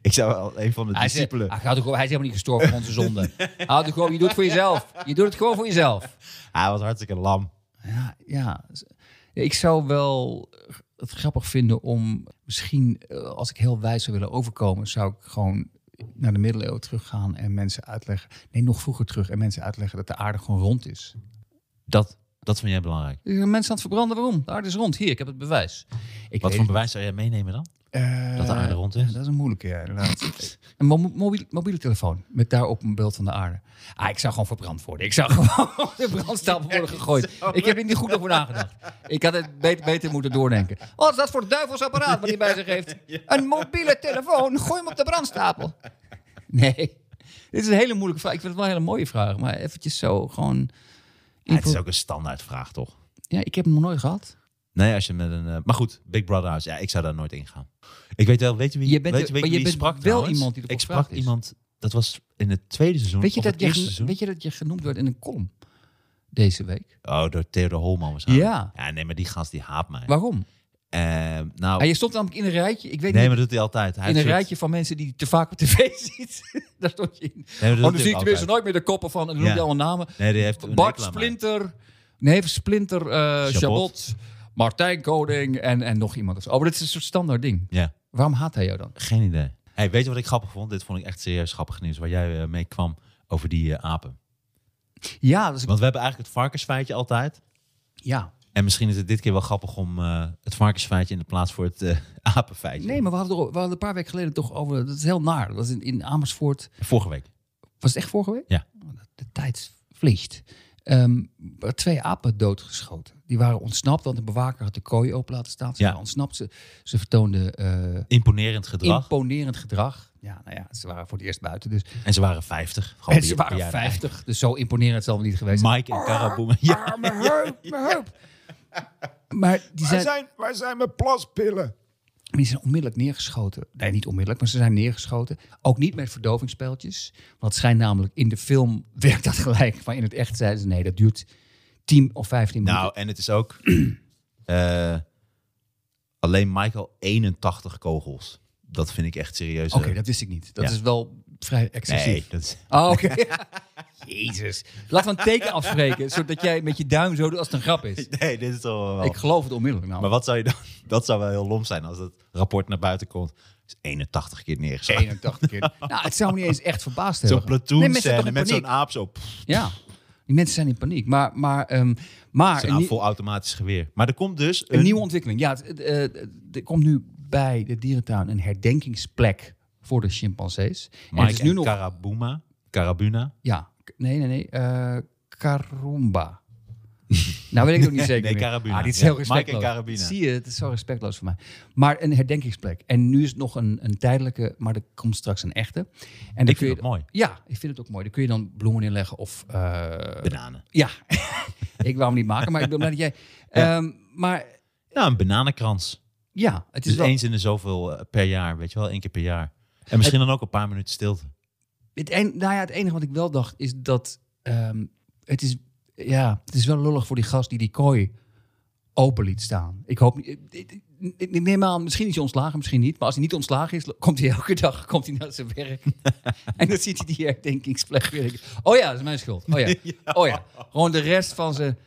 C: ik zou wel een van de
D: Hij is, hij,
C: discipelen...
D: gaat ook gewoon- hij is helemaal niet gestorven voor onze zonde. Hij had ook gewoon, je doet het voor jezelf. Je doet het gewoon voor jezelf.
C: Hij was hartstikke lam.
D: Ja, ja. Ik zou wel het grappig vinden om misschien, eh, als ik heel wijs zou willen overkomen, zou ik gewoon naar de middeleeuwen teruggaan en mensen uitleggen. Nee, nog vroeger terug en mensen uitleggen dat de aarde gewoon rond is.
C: Dat, dat vind jij belangrijk.
D: Er zijn mensen aan het verbranden, waarom? De aarde is rond. Hier, ik heb het bewijs. Ik
C: Wat
D: weet-
C: voor bewijs zou jij meenemen dan?
D: Eh,
C: Dat de aarde rond
D: Ja,
C: is?
D: dat is een moeilijke, ja, inderdaad. Een mo- mobiel- mobiele telefoon met daarop een beeld van de aarde. Ah, ik zou gewoon verbrand worden. Ik zou gewoon op de brandstapel worden gegooid. Ik heb er niet goed over nagedacht. Ik had het beter, beter moeten doordenken.
E: Wat is dat voor duivelsapparaat wat hij bij zich heeft? Een mobiele telefoon. Gooi hem op de brandstapel.
D: Nee, dit is een hele moeilijke vraag. Ik vind het wel een hele mooie vraag, maar eventjes zo gewoon...
C: Ja, Ah, het is ook een standaardvraag, toch?
D: Ja, ik heb hem nog nooit gehad.
C: Nee, als je met een... eh, maar goed, Big Brother House. Ja, ik zou daar nooit in gaan. Ik weet wel, weet je wie,
D: Je bent
C: weet
D: de-
C: je, weet
D: maar je
C: wie
D: bent
C: sprak
D: wel
C: trouwens?
D: iemand die ervoor
C: Ik sprak
D: gevraagd is.
C: iemand, dat was in het tweede seizoen.
D: Weet je,
C: of
D: dat
C: het eerste
D: je,
C: seizoen.
D: weet je dat je genoemd werd in een column deze week?
C: Oh, door Theodor Holman waarschijnlijk.
D: Ja.
C: Ja, nee, maar die gast die haat mij.
D: Waarom?
C: Ehm, nou,
D: Ah, je stond namelijk in een rijtje. Ik weet
C: nee,
D: niet,
C: maar dat doet hij altijd. Hij
D: in een
C: heeft
D: rijtje van mensen die je te vaak op tv ziet. Daar stond je in.
C: Nee, maar dat
D: Oh,
C: doet
D: dan
C: hij
D: zie ik
C: ook
D: tenminste
C: altijd.
D: nooit meer de koppen van. En dan noem je
C: Ja.
D: allemaal namen.
C: Nee, die heeft een
D: Bart
C: hekel aan mij.
D: Splinter. Nee, Splinter, eh
C: Chabot.
D: Chabot. Martijn Koning en, en nog iemand. Of zo. Oh, maar dit is een soort standaard ding.
C: Ja,
D: Waarom haat hij jou dan?
C: geen idee. Hey, weet je wat ik grappig vond? Dit vond ik echt serieus grappig nieuws waar jij eh, mee kwam over die eh, apen.
D: Ja, dat is,
C: Want we hebben eigenlijk het varkensfeitje altijd.
D: ja.
C: En misschien is het dit keer wel grappig om eh, het varkensfeitje in de plaats voor het eh, apenfeitje.
D: Nee, maar we hadden, er, we hadden een paar weken geleden toch over... Dat is heel naar. Dat was in, in Amersfoort.
C: Vorige week.
D: Was het echt vorige week? Oh,
C: Ja.
D: De tijd vliegt. Ehm, er twee apen doodgeschoten. Die waren ontsnapt, want de bewaker had de kooi open laten staan. Ze
C: Ja.
D: waren ontsnapt. Ze, ze vertoonden... eh,
C: Imponerend gedrag.
D: imponerend gedrag. Ja, nou ja, ze waren voor het eerst buiten. Dus.
C: en ze waren 50. Gewoon
D: En ze
C: die-
D: waren
C: ja,
D: 50, dus zo imponerend zal het niet geweest zijn.
C: Mike en
D: Ah.
C: Karaboom. Ja,
D: Maar mijn heup, mijn heup. Maar die
B: Waar
D: zijn,
B: zijn, waar zijn mijn plaspillen?
D: die zijn onmiddellijk neergeschoten. Nee, niet onmiddellijk, maar ze zijn neergeschoten. Ook niet met verdovingspijltjes. Want het schijnt namelijk in de film werkt dat gelijk. Maar in het echt zeiden ze nee, dat duurt 10 of 15 minuten.
C: Nou, en het is ook eh, alleen Michael 81 kogels. Dat vind ik echt serieus.
D: Oké,
C: eh,
D: dat wist ik niet. Dat
C: Ja.
D: is wel vrij excessief.
C: nee, dat is,
D: Oh, oké. Jezus. Laten we een teken afspreken, zodat jij met je duim zo doet als het een grap is.
C: nee, dit is toch wel.
D: Ik geloof het onmiddellijk. Nou.
C: maar wat zou je dan? Dat zou wel heel lom zijn als het rapport naar buiten komt. Is 81 keer neergeslagen.
D: 81 keer. nou, het zou me niet eens echt verbaasd hebben.
C: Zo'n platoon
D: Nee, mensen zijn toch in
C: met
D: paniek?
C: zo'n aap zo. Pff,
D: Ja, die mensen zijn in paniek. Maar, maar, ehm, maar
C: zo'n
D: een,
C: aap
D: nie-
C: vol automatisch nou geweer. Maar er komt dus
D: een
C: een-
D: nieuwe ontwikkeling. Ja, het, het, eh, het- er komt nu bij de dierentuin een herdenkingsplek voor de chimpansees. en
C: Mike
D: het is nu
C: en
D: nog...
C: Karabuma, Karabuna.
D: ja, k- nee, nee, nee. eh Karumba. nou weet ik het ook niet zeker
C: nee,
D: meer.
C: Karabina.
D: Ah, dit is
C: Ja,
D: heel
C: Mike en
D: respectloos.
C: Karabina.
D: Zie je, het is zo respectloos voor mij. Maar een herdenkingsplek. En nu is het nog een, een tijdelijke, maar er komt straks een echte. En
C: Ik
D: dan kun
C: vind
D: je,
C: het mooi.
D: Ja, ik vind het ook mooi. Daar kun je dan bloemen inleggen of eh,
C: Bananen.
D: Ja, ik wou hem niet maken, maar ik ben blij dat jij. Ehm, maar
C: Ja, een bananenkrans.
D: ja, het is
C: Dus
D: wel.
C: eens in de zoveel eh, per jaar, weet je wel, één keer per jaar. En misschien dan ook een paar minuten stilte.
D: Het, en, nou ja, het enige wat ik wel dacht is dat ehm, het is. Ja, het is wel lullig voor die gast die die kooi open liet staan. Ik hoop niet. eh, ik- ik- ik- ik Neem aan, misschien is hij ontslagen, misschien niet. Maar als hij niet ontslagen is, lo- komt hij elke dag komt hij naar zijn werk. en dan ziet hij die herdenkingsplek weer. Oh ja, dat is mijn schuld. Oh ja. Oh ja. Gewoon de rest van zijn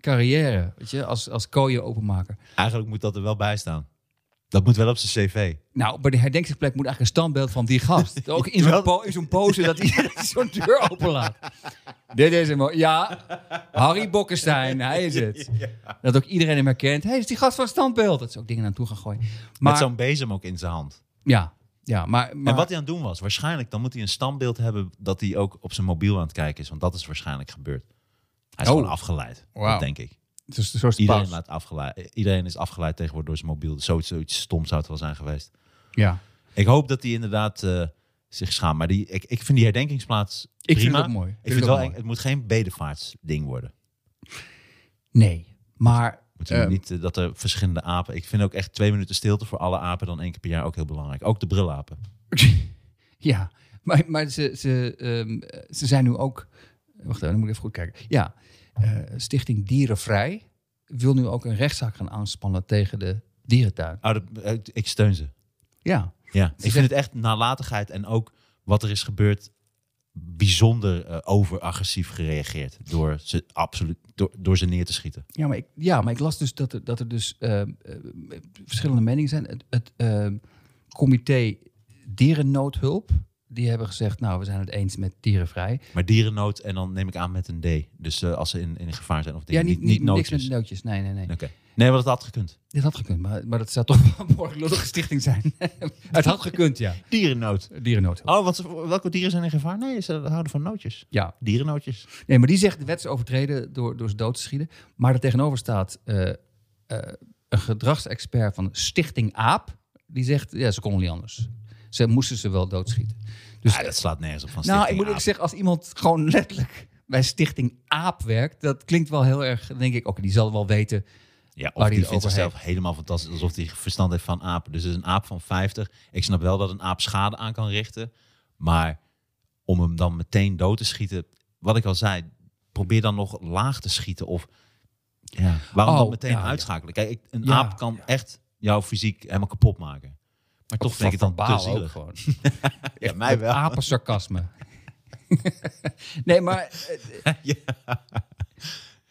D: carrière. Weet je, als, als kooien openmaker.
C: Eigenlijk moet dat er wel bij staan. Dat moet wel op zijn cv.
D: Nou, bij de herdenkingsplek moet eigenlijk een standbeeld van die gast. Ook in zo'n,
C: Wel-
D: po- in zo'n pose dat hij dat hij zo'n deur openlaat. Dit is hem. hoor. Ja, Harry Bokkestein, hij is het. Dat ook iedereen hem herkent. Hé, hey, is die gast van het standbeeld. Dat ze ook dingen naartoe gaan gooien. Maar,
C: Met zo'n bezem ook in zijn hand.
D: ja, ja, maar, maar
C: En wat hij aan het doen was, waarschijnlijk dan moet hij een standbeeld hebben dat hij ook op zijn mobiel aan het kijken is. Want dat is waarschijnlijk gebeurd. Hij is
D: Oh.
C: gewoon afgeleid,
D: Wauw.
C: dat denk ik.
D: dus, zo is de
C: Iedereen,
D: paus.
C: laat afgeleid, iedereen is afgeleid tegenwoordig door zijn mobiel. Zoiets, zoiets stom zou het wel zijn geweest.
D: Ja.
C: Ik hoop dat hij inderdaad eh, zich schaamt. Maar die, ik, ik vind die herdenkingsplaats
D: vind
C: prima.
D: het ook mooi. Ik
C: Ik
D: vind
C: vind wel,
D: het ook
C: eng.
D: mooi.
C: het moet geen bedevaartsding worden.
D: Nee, maar...
C: Moet je
D: eh,
C: niet eh, dat er verschillende apen... Ik vind ook echt twee minuten stilte voor alle apen dan één keer per jaar ook heel belangrijk. Ook de brilapen.
D: Ja, maar, maar ze, ze, ehm, ze zijn nu ook. Wacht even, dan moet ik even goed kijken. Ja, eh, Stichting Dierenvrij wil nu ook een rechtszaak gaan aanspannen tegen de dierentuin.
C: Oh, dat- eh, ik steun ze.
D: Ja,
C: Ja, ik vind het echt nalatigheid en ook wat er is gebeurd bijzonder eh, overagressief gereageerd door ze absoluut door, door ze neer te schieten.
D: ja, maar, ik, ja maar ik las dus dat er, dat er dus ehm, eh, verschillende meningen zijn. Het, het ehm, comité Dierennoodhulp, die hebben gezegd, nou, we zijn het eens met dierenvrij.
C: Maar dierennood en dan neem ik aan met een D. Dus eh, als ze in, in gevaar zijn of dingen,
D: ja, niet,
C: niet, niet,
D: niks met
C: noodjes.
D: nootjes. Nee, nee, nee.
C: Oké. Nee, want dat had gekund.
D: Dit had gekund, maar, maar dat zou toch wel een behoorlijk lullige stichting zijn. het had gekund, ja.
C: Dierennood.
D: Dierennoodhulp.
C: Oh, wat, welke dieren zijn in gevaar? Nee, ze houden van nootjes.
D: Ja,
C: Dierennootjes.
D: Nee, maar die zegt de wet is overtreden door, door ze dood te schieten. Maar er tegenover staat eh, eh, een gedragsexpert van Stichting AAP. Die zegt, ja, ze konden niet anders. Ze moesten ze wel doodschieten. Dus,
C: Ah, dat slaat nergens op van
D: nou, ik
C: Stichting
D: moet ook
C: Aap.
D: zeggen, als iemand gewoon letterlijk bij Stichting AAP werkt... dat klinkt wel heel erg, dan denk ik, oké, die zal wel weten...
C: Ja,
D: waar
C: of
D: die
C: die
D: er
C: vindt
D: over
C: zichzelf helemaal fantastisch, alsof hij verstand heeft van apen. Dus het is een aap van 50. Ik snap wel dat een aap schade aan kan richten. Maar om hem dan meteen dood te schieten, wat ik al zei, probeer dan nog laag te schieten. Of ja, waarom
D: Oh,
C: dan meteen
D: ja, ja.
C: uitschakelen? Kijk, ik- een
D: Ja,
C: aap kan echt jouw fysiek helemaal kapot maken. Maar toch vind ik het dan te
D: verbaal ook
C: zielig.
D: gewoon.
C: Ja, mij wel.
D: Apensarcasme. nee, maar... eh,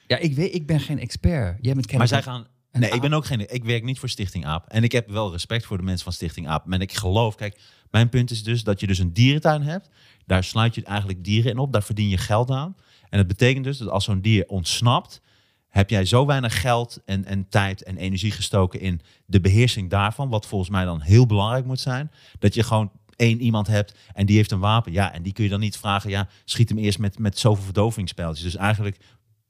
D: Ja, ik, weet, ik ben geen expert. Jij bent
C: Maar
D: kennelijk
C: zij gaan. Nee, ik ben ook geen. Ik werk niet voor Stichting Aap. En ik heb wel respect voor de mensen van Stichting Aap. En ik geloof, kijk, mijn punt is dus dat je dus een dierentuin hebt. Daar sluit je eigenlijk dieren in op. Daar verdien je geld aan. En dat betekent dus dat als zo'n dier ontsnapt, heb jij zo weinig geld en, en tijd en energie gestoken in de beheersing daarvan, wat volgens mij dan heel belangrijk moet zijn, dat je gewoon één iemand hebt en die heeft een wapen. Ja, en die kun je dan niet vragen, ja, schiet hem eerst met, met zoveel verdovingspijltjes. Dus eigenlijk,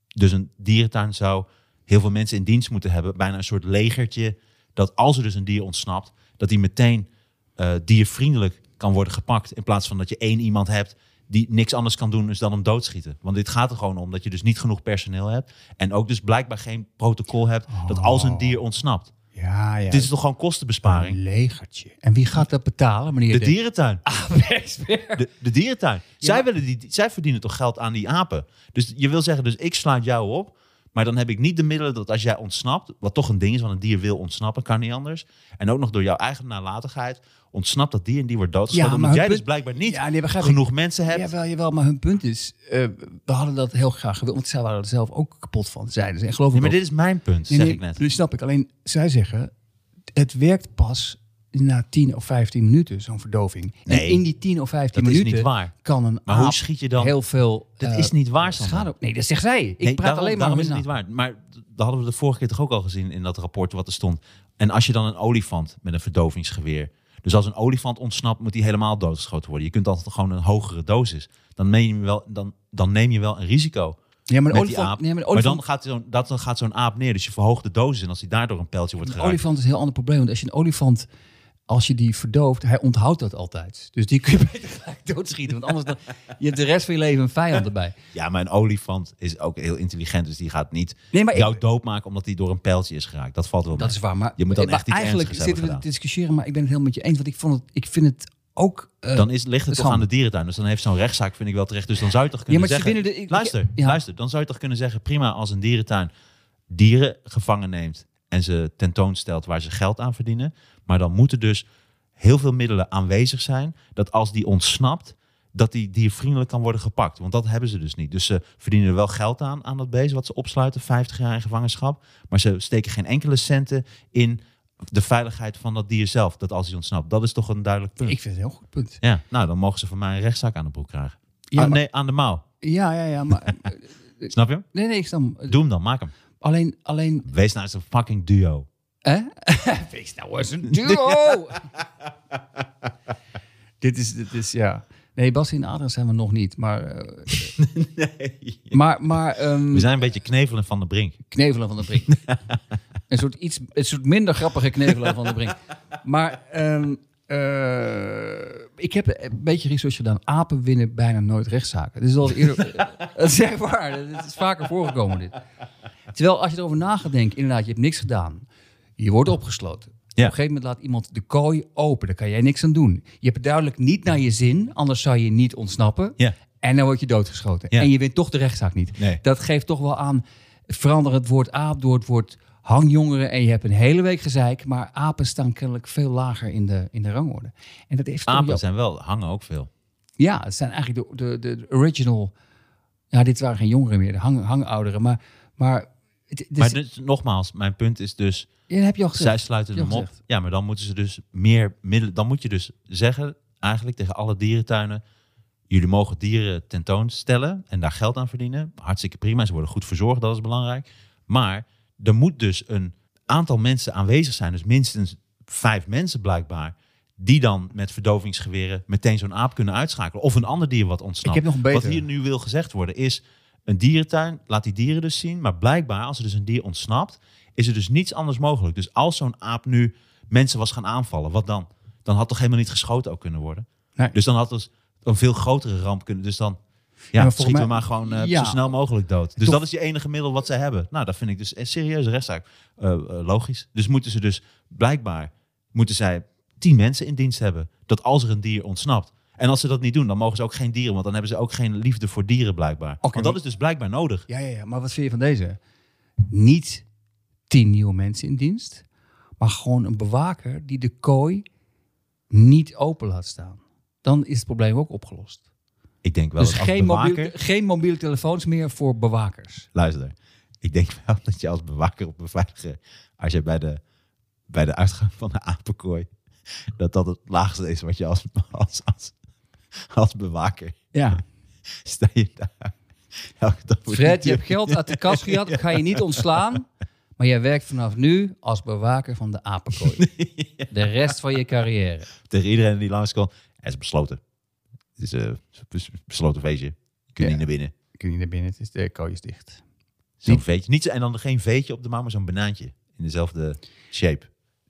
C: dus een dierentuin zou heel veel mensen in dienst moeten hebben, bijna een soort legertje, dat als er dus een dier ontsnapt, dat die meteen eh, diervriendelijk kan worden gepakt, in plaats van dat je één iemand hebt die niks anders kan doen dus dan hem doodschieten. Want dit gaat er gewoon om dat je dus niet genoeg personeel hebt en ook dus blijkbaar geen protocol hebt dat als een dier ontsnapt.
D: Ja, ja.
C: Dit is toch gewoon kostenbesparing?
D: Een legertje. En wie gaat dat betalen, meneer?
C: De
D: Dink?
C: dierentuin.
D: Expert.
C: De, de dierentuin. Zij, willen die, zij verdienen toch geld aan die apen? Dus je wil zeggen, dus ik sluit jou op. Maar dan heb ik niet de middelen dat als jij ontsnapt, wat toch een ding is, want een dier wil ontsnappen, kan niet anders. En ook nog door jouw eigen nalatigheid ontsnapt dat dier en die wordt doodgeschoten.
D: Ja,
C: omdat
D: maar hun
C: jij dus
D: punt-
C: blijkbaar niet
D: Ja, nee, begrijp ik.
C: genoeg mensen hebt.
D: Jawel, jawel, maar hun punt is, eh, we hadden dat heel graag gewild, want zij waren er zelf ook kapot van, zeiden ze. En geloof
C: Nee,
D: ik
C: maar
D: ook.
C: dit is mijn punt, zeg
D: Nee, nee,
C: ik net.
D: Dat snap ik. Alleen, zij zeggen, het werkt pas na 10 of 15 minuten, zo'n verdoving. en
C: Nee,
D: in die 10 of 15
C: dat is
D: minuten
C: niet waar.
D: kan een
C: Maar hoe
D: aap
C: schiet je dan-
D: heel veel
C: Dat
D: eh,
C: is niet waar, Sander.
D: schade. op- Nee, dat zegt zij. Ik
C: Nee,
D: praat
C: daarom-
D: alleen maar
C: daarom
D: hun
C: is het niet
D: na.
C: waar. Maar d- dat hadden we de vorige keer toch ook al gezien in dat rapport wat er stond. En als je dan een olifant met een verdovingsgeweer. Dus als een olifant ontsnapt, moet die helemaal doodgeschoten worden. Je kunt altijd gewoon een hogere dosis. Dan neem je wel, dan, dan neem je wel een risico.
D: Ja, maar een
C: met die
D: olifant,
C: aap.
D: nee, maar een
C: maar
D: olifant
C: dan gaat zo'n dat- dan gaat zo'n aap neer. Dus je verhoogt de dosis. En als die daardoor een pijltje wordt
D: Een
C: geraakt.
D: olifant is een heel ander probleem. Want als je een olifant, als je die verdooft, hij onthoudt dat altijd. Dus die kun je beter gelijk doodschieten. Want anders dan, je hebt de rest van je leven een vijand erbij.
C: Ja, maar een olifant is ook heel intelligent. Dus die gaat niet
D: Nee, maar ik-
C: jou doodmaken omdat hij door een pijltje is geraakt. Dat valt wel
D: Dat
C: mee.
D: is waar. Maar,
C: Je moet dan
D: maar
C: echt iets
D: eigenlijk
C: ernstigs
D: zitten we te
C: hebben
D: discussiëren, maar ik ben het helemaal met je eens. Want ik, vond het, ik vind het ook... eh,
C: dan is, ligt het toch
D: schande.
C: aan de dierentuin. Dus dan heeft zo'n rechtszaak, vind ik wel terecht. Dus dan zou je toch
D: Ja,
C: kunnen
D: maar ze
C: zeggen...
D: vinden de- ik-
C: luister,
D: ja.
C: luister. Dan zou je toch kunnen zeggen... Prima, als een dierentuin dieren gevangen neemt... en ze tentoonstelt waar ze geld aan verdienen. Maar dan moeten dus heel veel middelen aanwezig zijn... dat als die ontsnapt, dat die diervriendelijk kan worden gepakt. Want dat hebben ze dus niet. Dus ze verdienen er wel geld aan, aan dat beest wat ze opsluiten. 50 jaar in gevangenschap. Maar ze steken geen enkele centen in... de veiligheid van dat dier zelf. Dat als hij ontsnapt. Dat is toch een duidelijk punt.
D: Ik vind het een heel goed punt.
C: Ja, nou dan mogen ze van mij een rechtszaak aan de broek krijgen.
D: Ja,
C: Ah,
D: maar- Eh,
C: Nee, aan de mouw.
D: Ja, ja, ja. Maar,
C: Snap je? hem?
D: nee, nee, ik snap hem.
C: Doe hem dan, maak hem.
D: Alleen, alleen...
C: Wees nou eens een fucking duo.
D: Hè? Wees nou eens een duo! dit, is, dit is, ja... Nee, Bas en Adriaan zijn we nog niet, maar... eh, Maar, maar... ehm,
C: We zijn een beetje knevelen van de brink.
D: Knevelen van de Brink. een, soort iets, een soort minder grappige knevelen van de Brink. Maar ehm, eh, ik heb een beetje research gedaan. Apen winnen bijna nooit rechtszaken. Dit is al eerder. dat is echt waar. Het is vaker voorgekomen dit. Terwijl als je erover na gaat denken, inderdaad, je hebt niks gedaan. Je wordt opgesloten.
C: Ja.
D: Op een gegeven moment laat iemand de kooi open. Daar kan jij niks aan doen. Je hebt het duidelijk niet naar je zin, anders zou je niet ontsnappen.
C: Ja.
D: En dan word je doodgeschoten.
C: Ja.
D: En je wint toch de rechtszaak niet.
C: Nee.
D: Dat geeft toch wel aan, verander het woord aap door het woord hangjongeren. En je hebt een hele week gezeik, maar apen staan kennelijk veel lager in de, in de rangorde. En dat heeft toch
C: Apen
D: wel-
C: zijn wel, hangen ook veel.
D: Ja, het zijn eigenlijk de, de, de de original... Ja, dit waren geen jongeren meer, de hang, hangouderen. Maar, maar, het, het is-
C: Maar dus, nogmaals, mijn punt is dus,
D: ja, dat heb je al gezegd.
C: zij sluiten
D: Heb je
C: hem
D: al
C: op.
D: gezegd.
C: Ja, maar dan moeten ze dus meer middelen. Dan moet je dus zeggen, eigenlijk tegen alle dierentuinen, jullie mogen dieren tentoonstellen en daar geld aan verdienen. Hartstikke prima, ze worden goed verzorgd, dat is belangrijk. Maar er moet dus een aantal mensen aanwezig zijn, dus minstens vijf mensen blijkbaar, die dan met verdovingsgeweren meteen zo'n aap kunnen uitschakelen. Of een ander dier wat ontsnapt.
D: Ik heb nog een
C: Wat
D: betere.
C: hier nu wil gezegd worden is, een dierentuin laat die dieren dus zien, maar blijkbaar als er dus een dier ontsnapt, is er dus niets anders mogelijk. Dus als zo'n aap nu mensen was gaan aanvallen, wat dan? Dan had toch helemaal niet geschoten ook kunnen worden?
D: Nee.
C: Dus dan had dus een veel grotere ramp kunnen. Dus dan
D: maar
C: ja,
D: volgens
C: schieten we
D: mij-
C: maar gewoon eh,
D: ja.
C: zo snel mogelijk dood. Dus
D: Toch-
C: dat is je enige middel wat ze hebben. Nou, dat vind ik dus een serieuze rechtszaak. Eh, eh, logisch. Dus moeten ze dus blijkbaar moeten zij tien mensen in dienst hebben. Dat als er een dier ontsnapt. En als ze dat niet doen, dan mogen ze ook geen dieren. Want dan hebben ze ook geen liefde voor dieren blijkbaar. want dat
D: maar-
C: is dus blijkbaar nodig.
D: Ja, ja, ja, maar wat vind je van deze? Niet tien nieuwe mensen in dienst, maar gewoon een bewaker die de kooi niet open laat staan. Dan is het probleem ook opgelost.
C: Ik denk wel
D: dus
C: dat als
D: geen,
C: bewaker...
D: mobiel, geen mobiele telefoons meer voor bewakers.
C: Luister, ik denk wel dat je als bewaker of beveiliger, als je bij de, bij de uitgang van de apenkooi, dat dat het laagste is wat je als, als, als, als bewaker
D: Ja.
C: sta je daar. Elke dag voor
D: Fred, je
C: die
D: hebt
C: deur.
D: geld uit de kast gehad, ik ga je niet ontslaan. Maar jij werkt vanaf nu als bewaker van de apenkooi. De rest van je carrière.
C: Tegen iedereen die langs kwam, het is besloten. Het is eh, het is een besloten feestje. Je kunt
D: Ja.
C: niet naar binnen.
D: Kun je naar binnen, het is, de kooi is dicht.
C: Zo'n
D: Niet-
C: veetje. Niet, zo- en dan geen veetje op de mouw, maar zo'n banaantje. In dezelfde shape.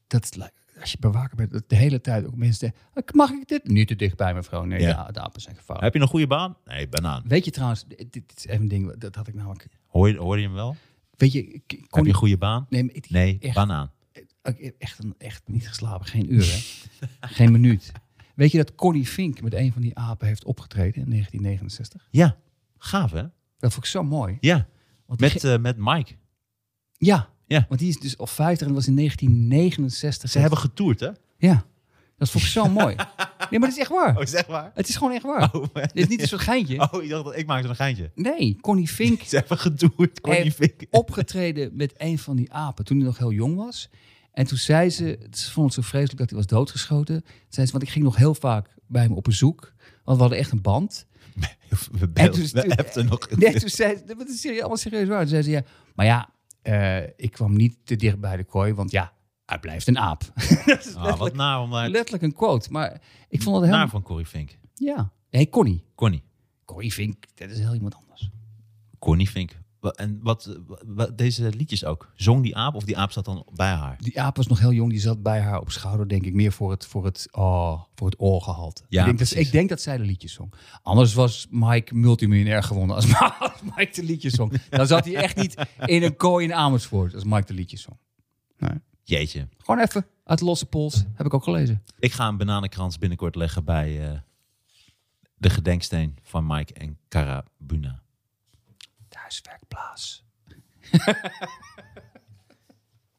D: dat is leuk. als je bewaker bent, dat de hele tijd ook mensen... denken, Mag ik dit? Niet te dichtbij, mevrouw. Nee,
C: Ja.
D: ja. de apen zijn gevaarlijk.
C: Heb je een goede baan? Nee, banaan.
D: Weet je trouwens, dit, dit is even een ding, dat had ik namelijk...
C: Hoor je, hoor je hem wel?
D: Weet je, ik- ik kon
C: Heb je
D: niet...
C: een goede baan?
D: Nee, maar ik-
C: Nee,
D: echt,
C: banaan.
D: ik heb e-, echt, een, echt niet geslapen. Geen uur, hè. Geen minuut. Weet je dat Connie Fink met een van die apen heeft opgetreden in 1969?
C: Ja, gaaf hè?
D: Dat vond ik zo mooi.
C: Ja,
D: Want die
C: met,
D: ge-
C: eh, met Mike.
D: ja,
C: ja.
D: want die is dus al 50 en was in 1969.
C: Ze hebben getoerd, hè?
D: Ja, dat vond ik zo mooi. Nee, maar dat is echt waar.
C: Oh, zeg maar.
D: Het is gewoon echt waar.
C: Oh,
D: Dit is niet een soort geintje.
C: ik dacht dat ik maakte een geintje.
D: Nee, Connie Fink
C: Ze hebben getoerd, kon
D: Hey,
C: niet fikken.
D: opgetreden met een van die apen toen hij nog heel jong was. En toen zei ze, ze vond het zo vreselijk dat hij was doodgeschoten. Toen Zei ze, want ik ging nog heel vaak bij hem op bezoek. Want we hadden echt een band.
C: We bellen,
D: toen is
C: we
D: het-
C: appten nog.
D: Nee, toen zei ze, dat is serieus, allemaal serieus waar. Toen zei ze, ja, maar ja, eh, ik kwam niet te dicht bij de kooi. Want ja, hij blijft een aap. dat is
C: Ah, wat
D: letterlijk,
C: naar om daar
D: letterlijk een quote. Maar ik vond het heel...
C: naar van Corrie Fink.
D: Ja, nee, Connie.
C: Connie.
D: Connie Vink, dat is heel iemand anders.
C: Connie Fink. Wa- En wat, eh, wa- wa- deze liedjes ook. Zong die aap of die aap zat dan bij haar?
D: Die aap was nog heel jong, die zat bij haar op schouder, denk ik, meer voor het, voor het, oh, voor het oorgehalte.
C: Ja,
D: ik, denk dat,
C: precies.
D: ik denk dat zij de liedjes zong. Anders was Mike multimiljonair gewonnen als, als Mike de liedjes zong. Dan zat hij echt niet in een kooi in Amersfoort als Mike de liedjes zong.
C: Jeetje.
D: Gewoon even uit de losse pols, heb ik ook gelezen.
C: Ik ga een bananenkrans binnenkort leggen bij eh, de gedenksteen van Mike en Cara Buna.
D: Thuiswerkplaats.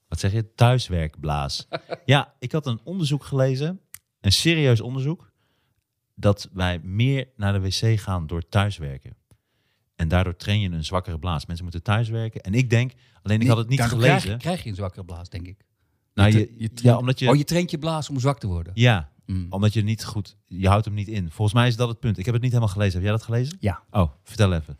C: Wat zeg je? Thuiswerkblaas. ja, ik had een onderzoek gelezen, een serieus onderzoek, dat wij meer naar de wc gaan door thuiswerken. En daardoor train je een zwakkere blaas. Mensen moeten thuiswerken. En ik denk, alleen ik had het niet
D: Daardoor krijg-
C: gelezen.
D: Krijg, je een zwakkere blaas, denk ik.
C: Nou,
D: Je-
C: je,
D: je traint-
C: ja, omdat je,
D: Oh, je Mm. traint je blaas om zwak te worden.
C: ja, omdat je niet goed, je houdt hem niet in. Volgens mij is dat het punt. Ik heb het niet helemaal gelezen. Heb jij dat gelezen?
D: Ja.
C: Oh, vertel even.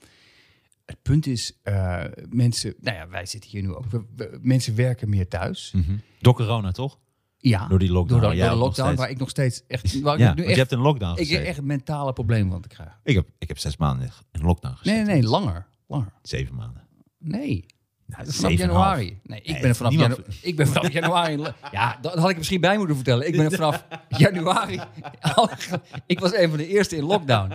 D: Het punt is, eh, mensen, nou ja, wij zitten hier nu ook. We- we- mensen werken meer thuis.
C: Door corona,
D: Oh,
C: toch?
D: Ja.
C: Door die lockdown.
D: Door, de-
C: Jij
D: door de
C: ook nog
D: lockdown,
C: steeds.
D: waar ik nog steeds echt. Waar
C: ja,
D: ik nu
C: want je
D: echt,
C: hebt een lockdown
D: ik heb
C: gezeten.
D: echt mentale problemen van te krijgen.
C: Ik heb, ik heb zes maanden in lockdown gezeten.
D: Nee, nee, nee, langer. Langer.
C: Zeven maanden.
D: Nee.
C: Nou,
D: Vanaf
C: zeven en een half.
D: januari. Nee, ik,
C: Nee,
D: ben er vanaf
C: niemand-
D: janu- ik ben vanaf januari. in la- Ja, dat had ik misschien bij moeten vertellen. Ik ben er vanaf januari. al- ik was een van de eerste in lockdown.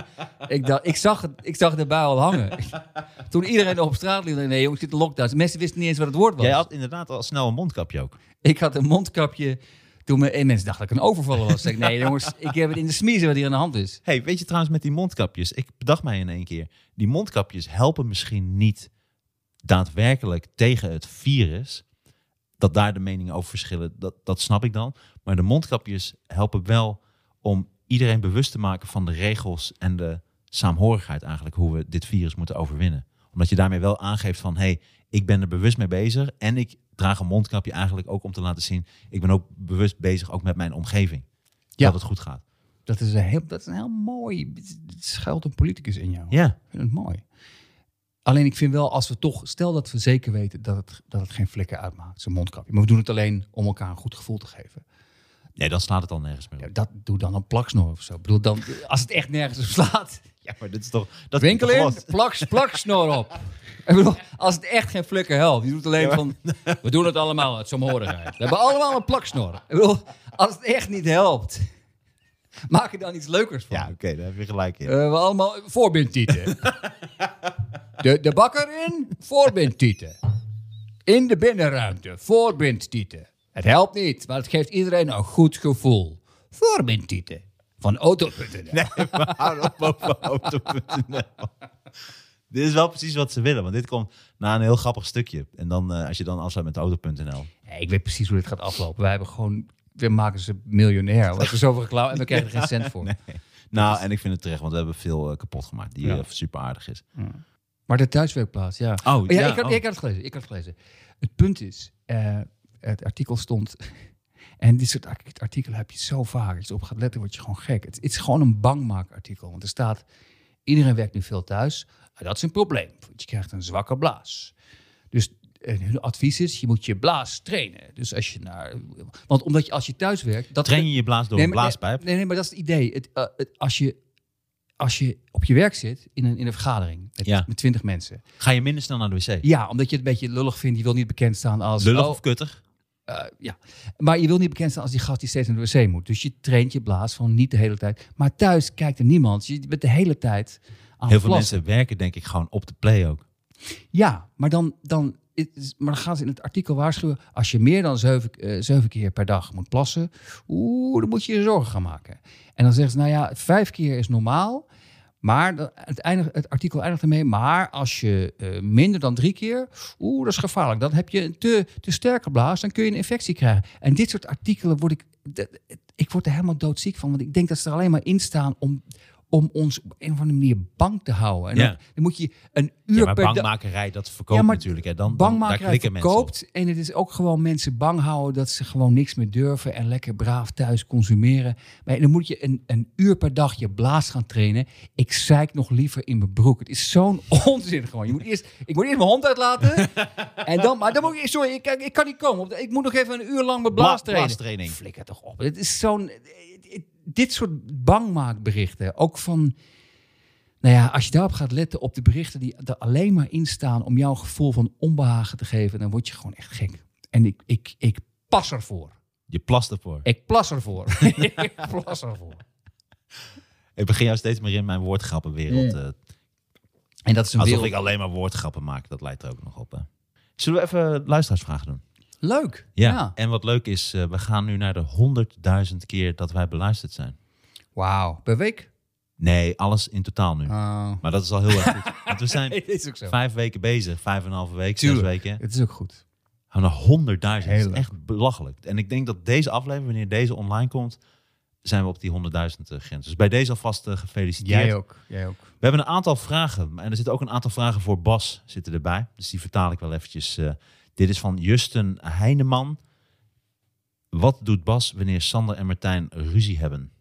D: Ik, dacht, ik, zag het, ik zag het erbij al hangen. Toen iedereen nog op straat liep. Nee, jongens, dit is lockdown. Mensen wisten niet eens wat het woord was.
C: Jij had inderdaad al snel een mondkapje ook.
D: Ik had een mondkapje. Toen me, en mensen dachten dat ik een overvaller was. Ik, nee, jongens, ik heb het in de smiezen wat hier aan de hand is.
C: hey, weet je trouwens met die mondkapjes? Ik bedacht mij in één keer. Die mondkapjes helpen misschien niet daadwerkelijk tegen het virus. Dat daar de meningen over verschillen, dat, dat snap ik dan. Maar de mondkapjes helpen wel om iedereen bewust te maken van de regels en de saamhorigheid eigenlijk hoe we dit virus moeten overwinnen. Omdat je daarmee wel aangeeft van, hé, hey, ik ben er bewust mee bezig en ik draag een mondkapje eigenlijk ook om te laten zien, ik ben ook bewust bezig ook met mijn omgeving.
D: Ja.
C: Dat het goed gaat.
D: Dat is een heel, dat is een heel mooi. Het schuilt een politicus in jou.
C: Ja.
D: Ik vind het mooi. Alleen ik vind wel, als we toch, stel dat we zeker weten dat het, dat het geen flikken uitmaakt, zo'n mondkapje. Maar we doen het alleen om elkaar een goed gevoel te geven.
C: Nee, dan slaat het al nergens meer op.
D: Ja, dat doe dan een plaksnor of zo. Ik bedoel, dan, als het echt nergens op slaat,
C: Ja, maar dit is toch... Dat
D: winkel in,
C: Wat?
D: plaks, plaksnor op. Ik bedoel, als het echt geen flikken helpt, je doet alleen van, we doen het allemaal uit saamhorigheid. We hebben allemaal een plaksnor. Ik bedoel, als het echt niet helpt, maak er dan iets leukers van.
C: Ja, oké, daar heb je gelijk in.
D: Eh, we allemaal voorbindtieten. de, de bakker in, voorbindtieten. In de binnenruimte, voorbindtieten. Het helpt niet, maar het geeft iedereen een goed gevoel. Voorbindtieten. Van auto.nl.
C: We houden op over auto.nl. Dit is wel precies wat ze willen, want dit komt na een heel grappig stukje. En dan, eh, als je dan afsluit met auto.nl.
D: Nee, ik weet precies hoe dit gaat aflopen. Wij hebben gewoon... We maken ze miljonair. We hebben zoveel geklauwd en we krijgen er geen cent voor.
C: Nou, en ik vind het terecht, want we hebben veel eh, kapot gemaakt, die
D: Ja.
C: eh, super aardig is.
D: Maar de thuiswerkplaats, ja.
C: Oh,
D: ja,
C: ja,
D: ik, had,
C: oh.
D: ik had het gelezen. Ik had het gelezen. Het punt is, eh, het artikel stond... En dit soort art- artikelen heb je zo vaak. Als je op gaat letten, word je gewoon gek. Het, het is gewoon een bangmaakartikel. Want er staat, iedereen werkt nu veel thuis. Nou, dat is een probleem, want je krijgt een zwakke blaas. Dus eh, hun advies is, je moet je blaas trainen. Dus als je naar... Want omdat je, als je thuis werkt... Dat
C: Train je je blaas door een
D: maar-
C: blaaspijp?
D: Nee, nee, maar dat is het idee. Het, eh, het- als, je, als je op je werk zit in een, in een vergadering met,
C: Ja.
D: met 20 mensen.
C: Ga je minder snel naar de wc?
D: Ja, omdat je het een beetje lullig vindt. Je wil niet bekend staan als...
C: Lullig
D: oh,
C: of kuttig?
D: eh, ja. Maar je wil niet bekend staan als die gast die steeds naar de wc moet. Dus je traint je blaas van niet de hele tijd. Maar thuis kijkt er niemand. Je bent de hele tijd aan
C: Heel
D: het
C: veel
D: plassen.
C: mensen werken denk ik gewoon op de play ook.
D: Ja, maar dan, dan, het is- maar dan gaan ze in het artikel waarschuwen... als je meer dan zeven, eh, zeven keer per dag moet plassen... oeh, dan moet je je zorgen gaan maken. En dan zeggen ze, nou ja, vijf keer is normaal... Maar dan- het, eindigt, het artikel eindigt ermee. Maar als je eh, minder dan drie keer. Oeh, dat is gevaarlijk. Dan heb je een te, te sterke blaas. Dan kun je een infectie krijgen. En dit soort artikelen word ik. d- Ik word er helemaal doodziek van. Want ik denk dat ze er alleen maar in staan om, om ons op een of andere manier bang te houden. En
C: Ja.
D: dan, dan moet je een uur
C: Ja, maar
D: per dag.
C: bangmakerij, dat verkoopt natuurlijk. Hè. Dan, dan, daar
D: Bangmakerij
C: klikken mensen op.
D: verkoopt. En het is ook gewoon mensen bang houden dat ze gewoon niks meer durven. En lekker braaf thuis consumeren. Maar dan moet je een, een uur per dag je blaas gaan trainen. Ik zeik nog liever in mijn broek. Het is zo'n onzin gewoon. Je moet eerst, ik moet eerst mijn hond uitlaten. en dan, maar dan moet ik, sorry, ik, ik kan niet komen. op de- Ik moet nog even een uur lang mijn
C: Bla-
D: blaas trainen.
C: blaastraining.
D: Flikker toch op. Het is zo'n... eh, Dit soort bangmaakberichten, ook van... Nou ja, als je daarop gaat letten op de berichten die er alleen maar in staan om jouw gevoel van onbehagen te geven, dan word je gewoon echt gek. En ik, ik, ik pas ervoor.
C: Je plast ervoor.
D: Ik plas ervoor. ik plas ervoor.
C: Ik begin jou steeds meer in mijn woordgrappenwereld
D: Mm.
C: eh,
D: En dat is een
C: Alsof
D: wereld.
C: ik alleen maar woordgrappen maak, dat lijkt er ook nog op. Hè? Zullen we even luisteraarsvragen doen?
D: Leuk.
C: Ja.
D: Ja.
C: En wat leuk is, eh, we gaan nu naar de 100.000 keer dat wij beluisterd zijn.
D: Wauw. Per week?
C: Nee, alles in totaal nu.
D: Ah.
C: Maar dat is al heel erg goed. Want we zijn
D: Het is ook zo.
C: vijf weken bezig, vijf en een halve week, zes
D: Tuurlijk.
C: weken.
D: Het is ook goed.
C: Gaan we naar 100.000. Dat
D: Heel
C: is
D: leuk.
C: echt belachelijk. En ik denk dat deze aflevering, wanneer deze online komt, zijn we op die 100.000 grens. Dus bij deze alvast eh, gefeliciteerd.
D: ook. Jij ook.
C: We hebben een aantal vragen. En er zitten ook een aantal vragen voor Bas zitten erbij. Dus die vertaal ik wel eventjes. eh, dit is van Justen Heineman. Wat doet Bas wanneer Sander en Martijn ruzie hebben?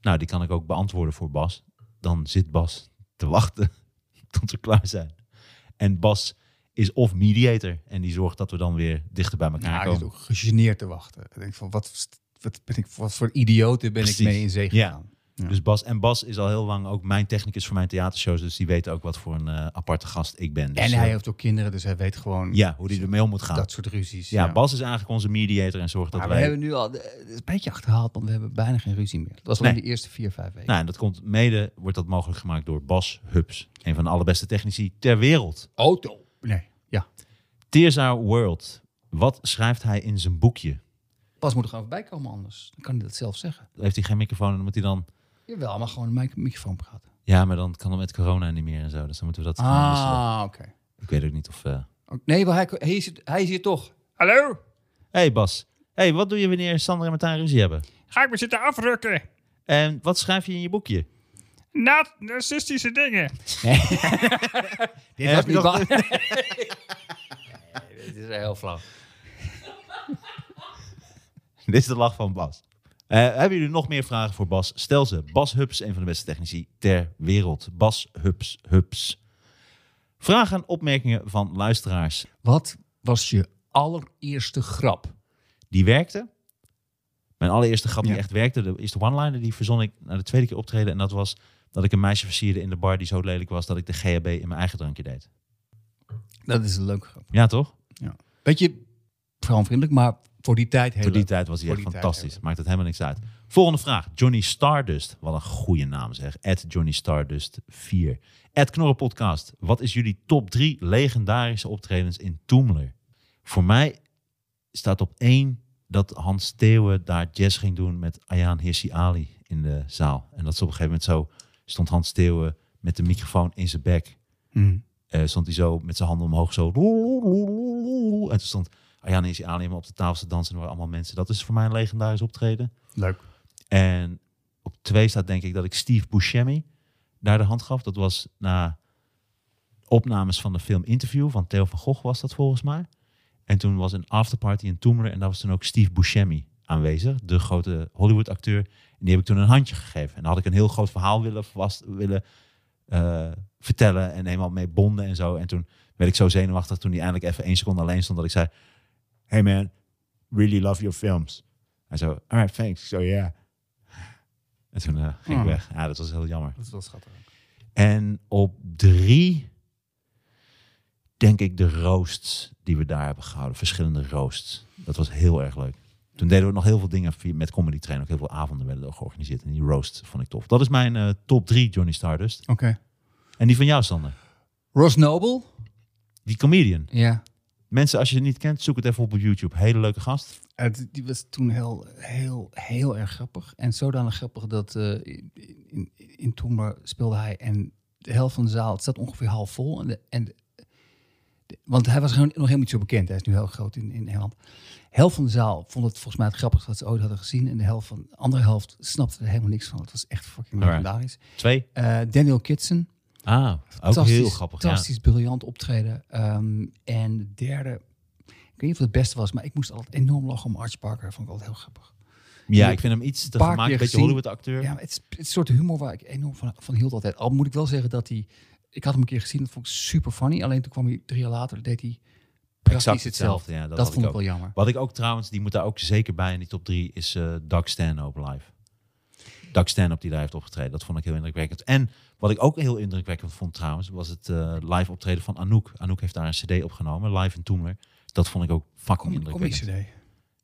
C: Nou, die kan ik ook beantwoorden voor Bas. Dan zit Bas te wachten tot we klaar zijn. En Bas is of mediator en die zorgt dat we dan weer dichter bij elkaar
D: Nou, ik zit
C: komen.
D: ook gegeneerd te wachten. Ik denk van, wat, wat, ben ik, wat voor idioten ben
C: Precies.
D: ik mee in zee
C: Ja.
D: gegaan? Ja.
C: Dus Bas, en Bas is al heel lang ook mijn technicus voor mijn theatershows, dus die weet ook wat voor een eh, aparte gast ik ben. Dus,
D: en hij
C: eh,
D: heeft ook kinderen, dus hij weet gewoon
C: ja, hoe die ermee om moet gaan.
D: dat soort ruzies.
C: ja, Bas is eigenlijk onze mediator en zorgt dat
D: Maar we
C: wij...
D: hebben nu al, het is een beetje achterhaald, want we hebben bijna geen ruzie meer. Dat was alleen
C: Nee.
D: de eerste vier, vijf weken.
C: Nou, en dat komt mede, wordt dat mogelijk gemaakt door Bas Hubs, een van de allerbeste technici ter wereld.
D: Auto. Nee, ja.
C: Tears Our World. Wat schrijft hij in zijn boekje?
D: Pas moet er gewoon voorbij komen anders. Dan kan hij dat zelf zeggen.
C: Heeft hij geen microfoon en dan moet hij dan...
D: Jawel, maar gewoon mijn microfoon praten.
C: Ja, maar dan kan dat met corona niet meer en zo. Dus dan moeten we dat gaan wisselen.
D: Ah, oké.
C: Ik weet ook niet of... eh,
D: Ook- Nee, maar hij, hij, is, hij is hier toch. Hallo?
C: Hey Bas, hey, wat doe je wanneer Sander en Martijn ruzie hebben?
F: ga ik me zitten afrukken.
C: En wat schrijf je in je boekje?
D: Nou,
F: Na narcistische dingen.
D: Dit
C: heb je
D: was niet
C: toch-
D: waar. Nee, Dit is heel flauw.
C: Dit is de lach van Bas. Eh, hebben jullie nog meer vragen voor Bas? Stel ze. Bas Hubs, een van de beste technici ter wereld. Bas Hubs, Hubs. Vragen en opmerkingen van luisteraars.
D: Wat was je allereerste grap?
C: Die werkte. Mijn allereerste grap die
D: Ja.
C: echt werkte, de eerste one-liner, die verzon ik na de tweede keer optreden. En dat was dat ik een meisje versierde in de bar die zo lelijk was dat ik de GHB in mijn eigen drankje deed.
D: Dat is een leuke grap.
C: Ja, toch?
D: Weet je, vrouwenvriendelijk, maar voor die tijd heel
C: Voor die
D: leuk.
C: tijd was hij
D: Voor
C: echt
D: die tijd
C: fantastisch.
D: hebben
C: Maakt het helemaal niks uit. Volgende vraag. Johnny Stardust. Wat een goede naam zeg. At Johnny Stardust 4. At Knorren Podcast. Wat is jullie top 3 legendarische optredens in Toemler? Voor mij staat op één dat Hans Theeuwen daar jazz ging doen met Ayaan Hirsi Ali in de zaal. En dat ze op een gegeven moment zo stond Hans Theeuwen met de microfoon in zijn bek.
D: Mhm.
C: Eh, stond hij zo met zijn handen omhoog zo. En toen stond Ayaan Hirsi Ali helemaal op de tafel te dansen. En er waren allemaal mensen. Dat is voor mij een legendarisch optreden.
D: Leuk.
C: En op twee staat denk ik dat ik Steve Buscemi daar de hand gaf. Dat was na opnames van de film Interview van Theo van Gogh was dat volgens mij. En toen was een afterparty in Toemler en daar was toen ook Steve Buscemi aanwezig, de grote Hollywood acteur. En die heb ik toen een handje gegeven. En daar had ik een heel groot verhaal willen, vast, willen eh, vertellen en helemaal mee bonden en zo. En toen werd ik zo zenuwachtig toen hij eindelijk even één seconde alleen stond dat ik zei, hey man, really love your films. Hij zo, alright, thanks. So yeah. En toen eh, ging ik
D: Oh.
C: weg. Ja, dat was heel jammer.
D: Dat is wel schattig.
C: En op drie denk ik de roosts die we daar hebben gehouden. Verschillende roosts. Dat was heel erg leuk. Toen deden we nog heel veel dingen via- met Comedy Train. Ook heel veel avonden werden er georganiseerd. En die roast vond ik tof. Dat is mijn eh, top drie Johnny Stardust.
D: Oké.
C: En die van jou, Sander.
D: Ross Noble?
C: Die comedian.
D: Ja.
C: Mensen, als je het niet kent, zoek het even op op YouTube. Hele leuke gast.
D: Het, die was toen heel, heel, heel erg grappig. En zodanig grappig dat eh, in, in, in Toemler speelde hij en de helft van de zaal, het zat ongeveer half vol. En de, en de- de- want hij was gewoon nog helemaal niet zo bekend. Hij is nu heel groot in, in Engeland. helft van de zaal vond het volgens mij het grappigste wat ze ooit hadden gezien. En de helft van de andere helft snapte er helemaal niks van. Het was echt fucking
C: Alright.
D: legendarisch.
C: Twee.
D: Eh, Daniel Kitson.
C: Ah, ook
D: Fantastisch,
C: heel grappig. Ja.
D: Fantastisch, briljant optreden. Ehm, en de derde, ik weet niet of het beste was, maar ik moest altijd enorm lachen om Arch Parker. Vond ik altijd heel grappig.
C: ja, ik vind hem iets te
D: Paar
C: gemaakt. Een
D: keer
C: beetje
D: gezien.
C: Hollywood acteur.
D: Ja, maar het is het is een soort humor waar ik enorm van, van hield altijd. Al moet ik wel zeggen dat hij, ik had hem een keer gezien, dat vond ik super funny. Alleen toen kwam hij drie jaar later, deed hij precies
C: Exact
D: hetzelfde.
C: hetzelfde, ja, dat
D: dat
C: had ik
D: vond ik
C: ook.
D: wel jammer.
C: Wat ik ook trouwens, die moet daar ook zeker bij in die top 3, is eh Doug Stanhope live. Doug Stanhope die daar heeft opgetreden. Dat vond ik heel indrukwekkend. En wat ik ook heel indrukwekkend vond trouwens, was het eh, live optreden van Anouk. Anouk heeft daar een cd opgenomen, live in Toemler. Dat vond ik ook fucking
D: Kom, kom
C: indrukwekkend.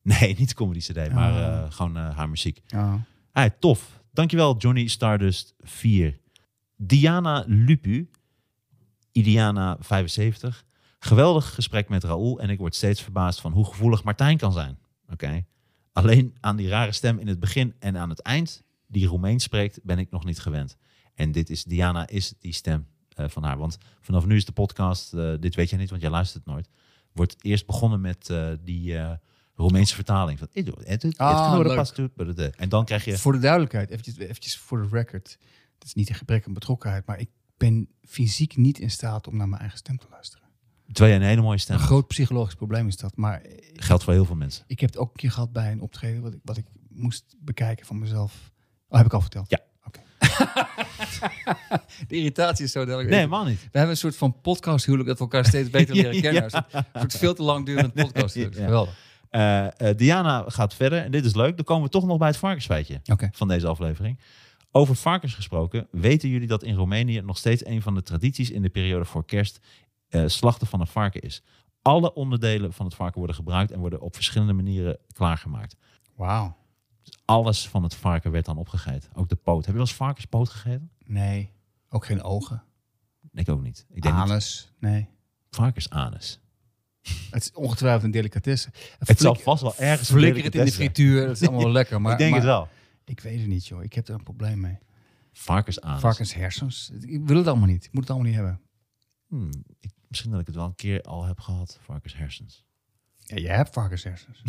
D: CD. Ah.
C: Nee, niet comedy cd, maar eh, gewoon eh, haar muziek.
D: Ja.
C: Hey, tof. Dankjewel Johnny Stardust 4. Diana Lupu, Idiana 75. Geweldig gesprek met Raoul en ik word steeds verbaasd van hoe gevoelig Martijn kan zijn. Oké. Alleen aan die rare stem in het begin en aan het eind, die Roemeens spreekt, ben ik nog niet gewend. En dit is, Diana is die stem eh, van haar. Want vanaf nu is de podcast, eh, dit weet jij niet, want jij luistert het nooit, wordt eerst begonnen met eh, die eh Roemeense vertaling. Van, "Ik doe het, het- het
D: Ah,
C: knorde
D: leuk.
C: pas toe, blablabla." En dan krijg je...
D: Voor de duidelijkheid, eventjes, eventjes voor de record. Het is niet een gebrek aan betrokkenheid, maar ik ben fysiek niet in staat om naar mijn eigen stem te luisteren.
C: Twee en een hele mooie stem.
D: Een groot psychologisch probleem is dat. Maar
C: Geldt voor heel veel mensen.
D: ik heb het ook een keer gehad bij een optreden wat ik, wat ik moest bekijken van mezelf. Oh, heb ik al verteld?
C: Ja.
D: Oké. de irritatie is zo duidelijk.
C: Nee, helemaal niet.
D: We hebben een soort van podcast huwelijk dat we elkaar steeds beter leren kennen. Een soort- Een soort veel te lang durend podcast huwelijk.
C: Ja.
D: Geweldig.
C: Eh, eh, Diana gaat verder. En dit is leuk. Dan komen we toch nog bij het varkensfeitje
D: Oké.
C: van deze aflevering. Over varkens gesproken. Weten jullie dat in Roemenië nog steeds een van de tradities in de periode voor kerst eh, slachten van een varken is? Alle onderdelen van het varken worden gebruikt en worden op verschillende manieren klaargemaakt.
D: Wauw.
C: Alles van het varken werd dan opgegeten. Ook de poot. Heb je wel eens varkenspoot gegeten?
D: Nee. Ook geen ogen.
C: Ik ook niet. Ik denk niet.
D: Anus. Nee.
C: varkensanus.
D: Het is ongetwijveld een delicatesse.
C: Het zal vast wel ergens een
D: flikker het in de
C: delicatesse zijn.
D: frituur. Dat is allemaal wel lekker. Maar,
C: ik denk
D: maar-
C: het wel.
D: Ik weet het niet, joh. Ik heb er een probleem mee.
C: Varkensanus.
D: Varkenshersens. Ik wil het allemaal niet. Ik moet het allemaal niet hebben.
C: Hmm, ik, misschien dat ik het wel een keer al heb gehad. Varkenshersens.
D: Ja, jij hebt varkenshersens.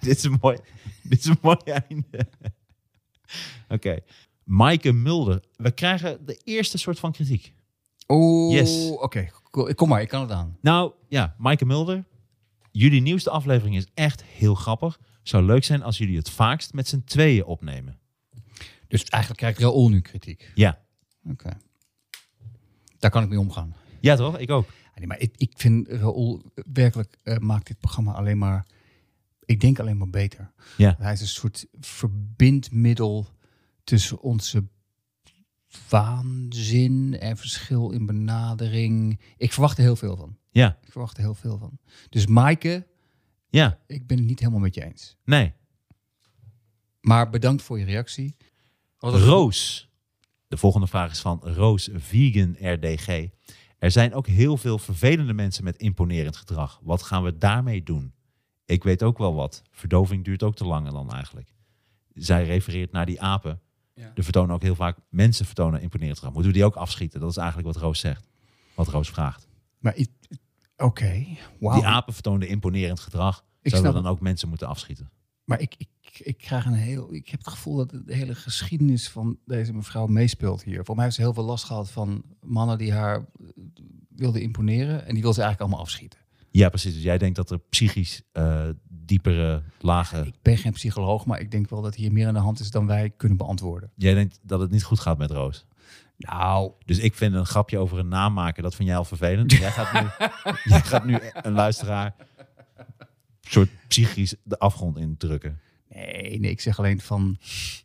C: dit, is een mooi, dit is een mooi einde. Oké. Maaike Mulder. We krijgen de eerste soort van kritiek.
D: Oh,
C: Yes.
D: oké. cool. Kom maar, ik kan het aan.
C: Nou, ja, Maaike Mulder. Jullie nieuwste aflevering is echt heel grappig. Zou leuk zijn als jullie het vaakst met z'n tweeën opnemen.
D: Dus eigenlijk krijgt Raoul nu kritiek.
C: Ja.
D: Oké. Daar kan ik mee omgaan.
C: Ja, toch? Ik ook.
D: Ja, nee, maar ik, ik vind Raoul eh, werkelijk eh, maakt dit programma alleen maar. Ik denk alleen maar beter.
C: Ja.
D: Hij is een soort verbindmiddel tussen onze waanzin en verschil in benadering. Ik verwacht er heel veel van.
C: Ja.
D: Ik verwacht er heel veel van. Dus Maaike,
C: Ja.
D: ik ben het niet helemaal met je eens.
C: Nee.
D: Maar bedankt voor je reactie.
C: Roos. De volgende vraag is van Roos Vegan RDG. Er zijn ook heel veel vervelende mensen met imponerend gedrag. Wat gaan we daarmee doen? Ik weet ook wel wat. Verdoving duurt ook te lang dan eigenlijk. Zij refereert naar die apen.
D: Ja.
C: Er vertonen ook heel vaak mensen vertonen imponerend gedrag. Moeten we die ook afschieten? Dat is eigenlijk wat Roos zegt. Wat Roos vraagt.
D: Maar i- oké,
C: Die
D: wauw.
C: apen vertoonden imponerend gedrag.
D: Ik
C: Zouden we
D: snap
C: dan ook mensen moeten afschieten?
D: Maar ik, ik, ik krijg een heel. Ik heb het gevoel dat de hele geschiedenis van deze mevrouw meespeelt hier. Voor mij heeft ze heel veel last gehad van mannen die haar eh, wilden imponeren. En die wil ze eigenlijk allemaal afschieten.
C: Ja, precies. Dus jij denkt dat er psychisch eh, diepere lagen...
D: Ik ben geen psycholoog, maar ik denk wel dat hier meer aan de hand is dan wij kunnen beantwoorden.
C: Jij denkt dat het niet goed gaat met Roos?
D: Nou,
C: Dus ik vind een grapje over een naam maken, dat vind jij al vervelend. Jij gaat nu, jij gaat nu een luisteraar soort psychisch de afgrond indrukken.
D: nee, nee, ik zeg alleen van.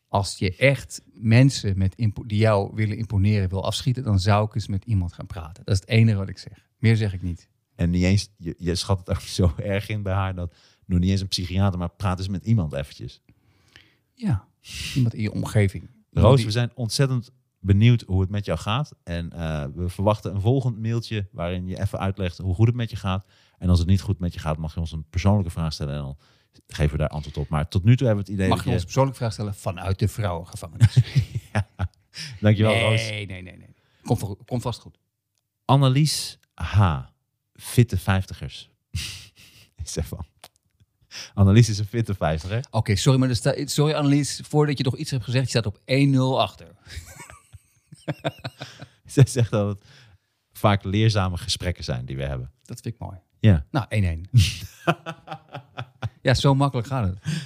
D: Als je echt mensen met impo- die jou willen imponeren wil afschieten, dan zou ik eens met iemand gaan praten. Dat is het enige wat ik zeg. Meer zeg ik niet.
C: En niet eens, je, je schat het ook zo erg in bij haar dat nog niet eens een psychiater, maar praat eens met iemand eventjes.
D: Ja, iemand in je omgeving. Iemand
C: Roos,
D: die-
C: we zijn ontzettend benieuwd hoe het met jou gaat. En eh, we verwachten een volgend mailtje waarin je even uitlegt hoe goed het met je gaat. En als het niet goed met je gaat, mag je ons een persoonlijke vraag stellen en dan geven we daar antwoord op. Maar tot nu toe hebben we het idee
D: Mag je
C: dat
D: ons
C: je...
D: persoonlijk vraag stellen vanuit de vrouwengevangenis?
C: Dankjewel, Roos.
D: nee, nee, nee, nee. Komt voor- komt vast goed.
C: Annelies H. Fitte vijftigers. is ervan. Annelies is een fitte vijftiger.
D: Oké, sorry, maar er sta, sorry Annelies, voordat je nog iets hebt gezegd, je staat op 1-0 achter.
C: Zij zegt dat het vaak leerzame gesprekken zijn die we hebben.
D: Dat vind ik mooi.
C: Ja.
D: Nou, 1-1. ja, zo makkelijk gaat het.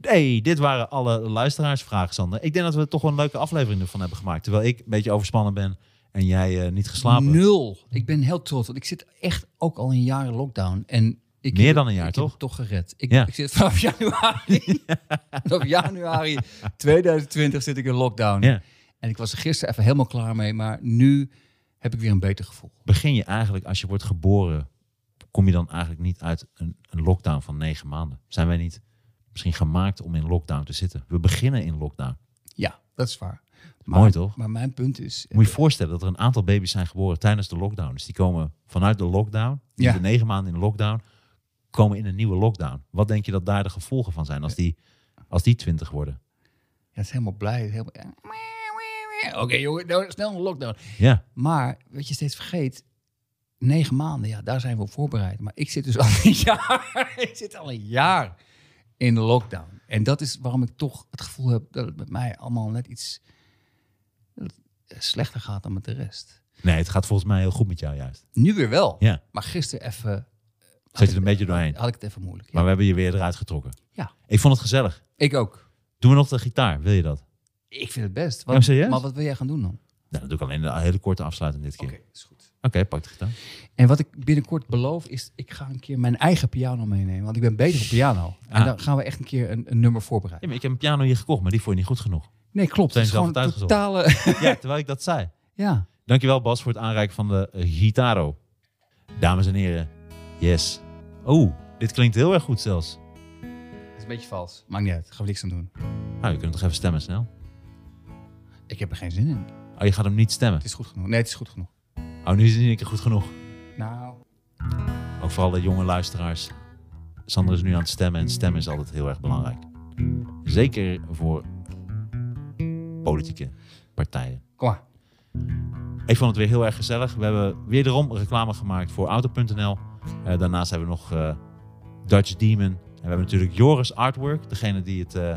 C: Hey, dit waren alle luisteraarsvragen, Sander. Ik denk dat we toch wel een leuke aflevering ervan hebben gemaakt. Terwijl ik een beetje overspannen ben en jij eh, niet geslapen.
D: Nul. Ik ben heel trots, want ik zit echt ook al een jaar in lockdown. En ik
C: Meer
D: heb-
C: dan een jaar,
D: ik heb
C: toch?
D: het toch gered. Ik,
C: Ja.
D: ik zit vanaf januari, vanaf januari 2020 zit ik in lockdown.
C: Ja.
D: En ik was er gisteren even helemaal klaar mee, maar nu heb ik weer een beter gevoel.
C: Begin je eigenlijk, als je wordt geboren, kom je dan eigenlijk niet uit een, een lockdown van negen maanden? Zijn wij niet misschien gemaakt om in lockdown te zitten? We beginnen in lockdown.
D: Ja, dat is waar.
C: Mooi, toch?
D: Maar mijn punt is,
C: Moet je je voorstellen dat er een aantal baby's zijn geboren tijdens de lockdown. Dus die komen vanuit de lockdown, die
D: Ja.
C: zitten negen maanden in de lockdown, komen in een nieuwe lockdown. Wat denk je dat daar de gevolgen van zijn als die, als die twintig worden?
D: ja, het is helemaal blij. het is helemaal- ja. Oké jongen, nou, snel een lockdown.
C: Ja,
D: Maar wat je steeds vergeet, negen maanden, ja, daar zijn we op voorbereid. Maar ik zit dus al een jaar, ik zit al een jaar in de lockdown. En dat is waarom ik toch het gevoel heb dat het met mij allemaal net iets, dat het slechter gaat dan met de rest.
C: Nee, het gaat volgens mij heel goed met jou juist.
D: Nu weer wel.
C: Ja.
D: Maar gisteren even...
C: Zit je er een beetje doorheen.
D: Had ik het even moeilijk. Ja.
C: Maar we hebben je weer eruit getrokken.
D: Ja.
C: Ik vond het gezellig.
D: Ik ook.
C: Doen we nog de gitaar? Wil je dat?
D: Ik vind het best.
C: Ja, serieus?
D: maar wat wil jij gaan doen dan?
C: Nou, dan doe ik alleen een hele korte afsluiting dit keer. Oké,
D: is goed.
C: pak de gitaar.
D: En wat ik binnenkort beloof is, ik ga een keer mijn eigen piano meenemen. Want ik ben beter op piano. En
C: Ah.
D: dan gaan we echt een keer een, een nummer
C: Ja,
D: voorbereiden.
C: maar ik heb een piano hier gekocht, maar die vond je niet goed genoeg.
D: Nee, klopt. Het
C: Zijn
D: is gewoon
C: zelf
D: een
C: het
D: totale...
C: Ja, terwijl ik dat zei.
D: ja.
C: Dankjewel Bas voor het aanreiken van de eh, Gitaro. Dames en heren, yes. Oh, dit klinkt heel erg goed zelfs.
D: Dat is een beetje vals. Maakt niet uit. Gaan we niks aan doen.
C: Nou, je kunt toch even stemmen snel?
D: Ik heb er geen zin in.
C: Oh, je gaat hem niet stemmen.
D: Het is goed genoeg. Nee, het is goed genoeg.
C: Oh, nu is het niet een keer goed genoeg.
D: Nou...
C: Ook voor alle jonge luisteraars. Sander is nu aan het stemmen en stemmen is altijd heel erg belangrijk. Zeker voor politieke partijen.
D: Kom maar.
C: Ik vond het weer heel erg gezellig. We hebben wederom reclame gemaakt voor Auto.nl. Eh, daarnaast hebben we nog eh, Dutch Demon. En we hebben natuurlijk Joris Artwork. Degene die het eh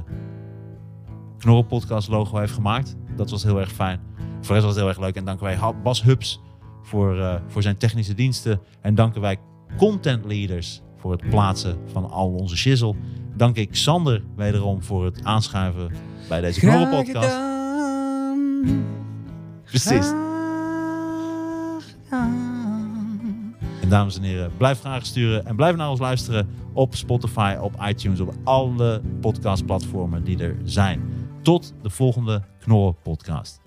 C: Knorrel Podcast logo heeft gemaakt. Dat was heel erg fijn. Voor de rest was het heel erg leuk. En danken wij Ha- Bas Hubs voor, eh, voor zijn technische diensten. En danken wij Content Leaders voor het plaatsen van al onze shizzle. Dank ik Sander wederom voor het aanschuiven bij deze Knorrel Podcast. Precies. En dames en heren, blijf vragen sturen en blijf naar ons luisteren op Spotify, op iTunes, op alle podcastplatformen die er zijn. Tot de volgende Knorren podcast.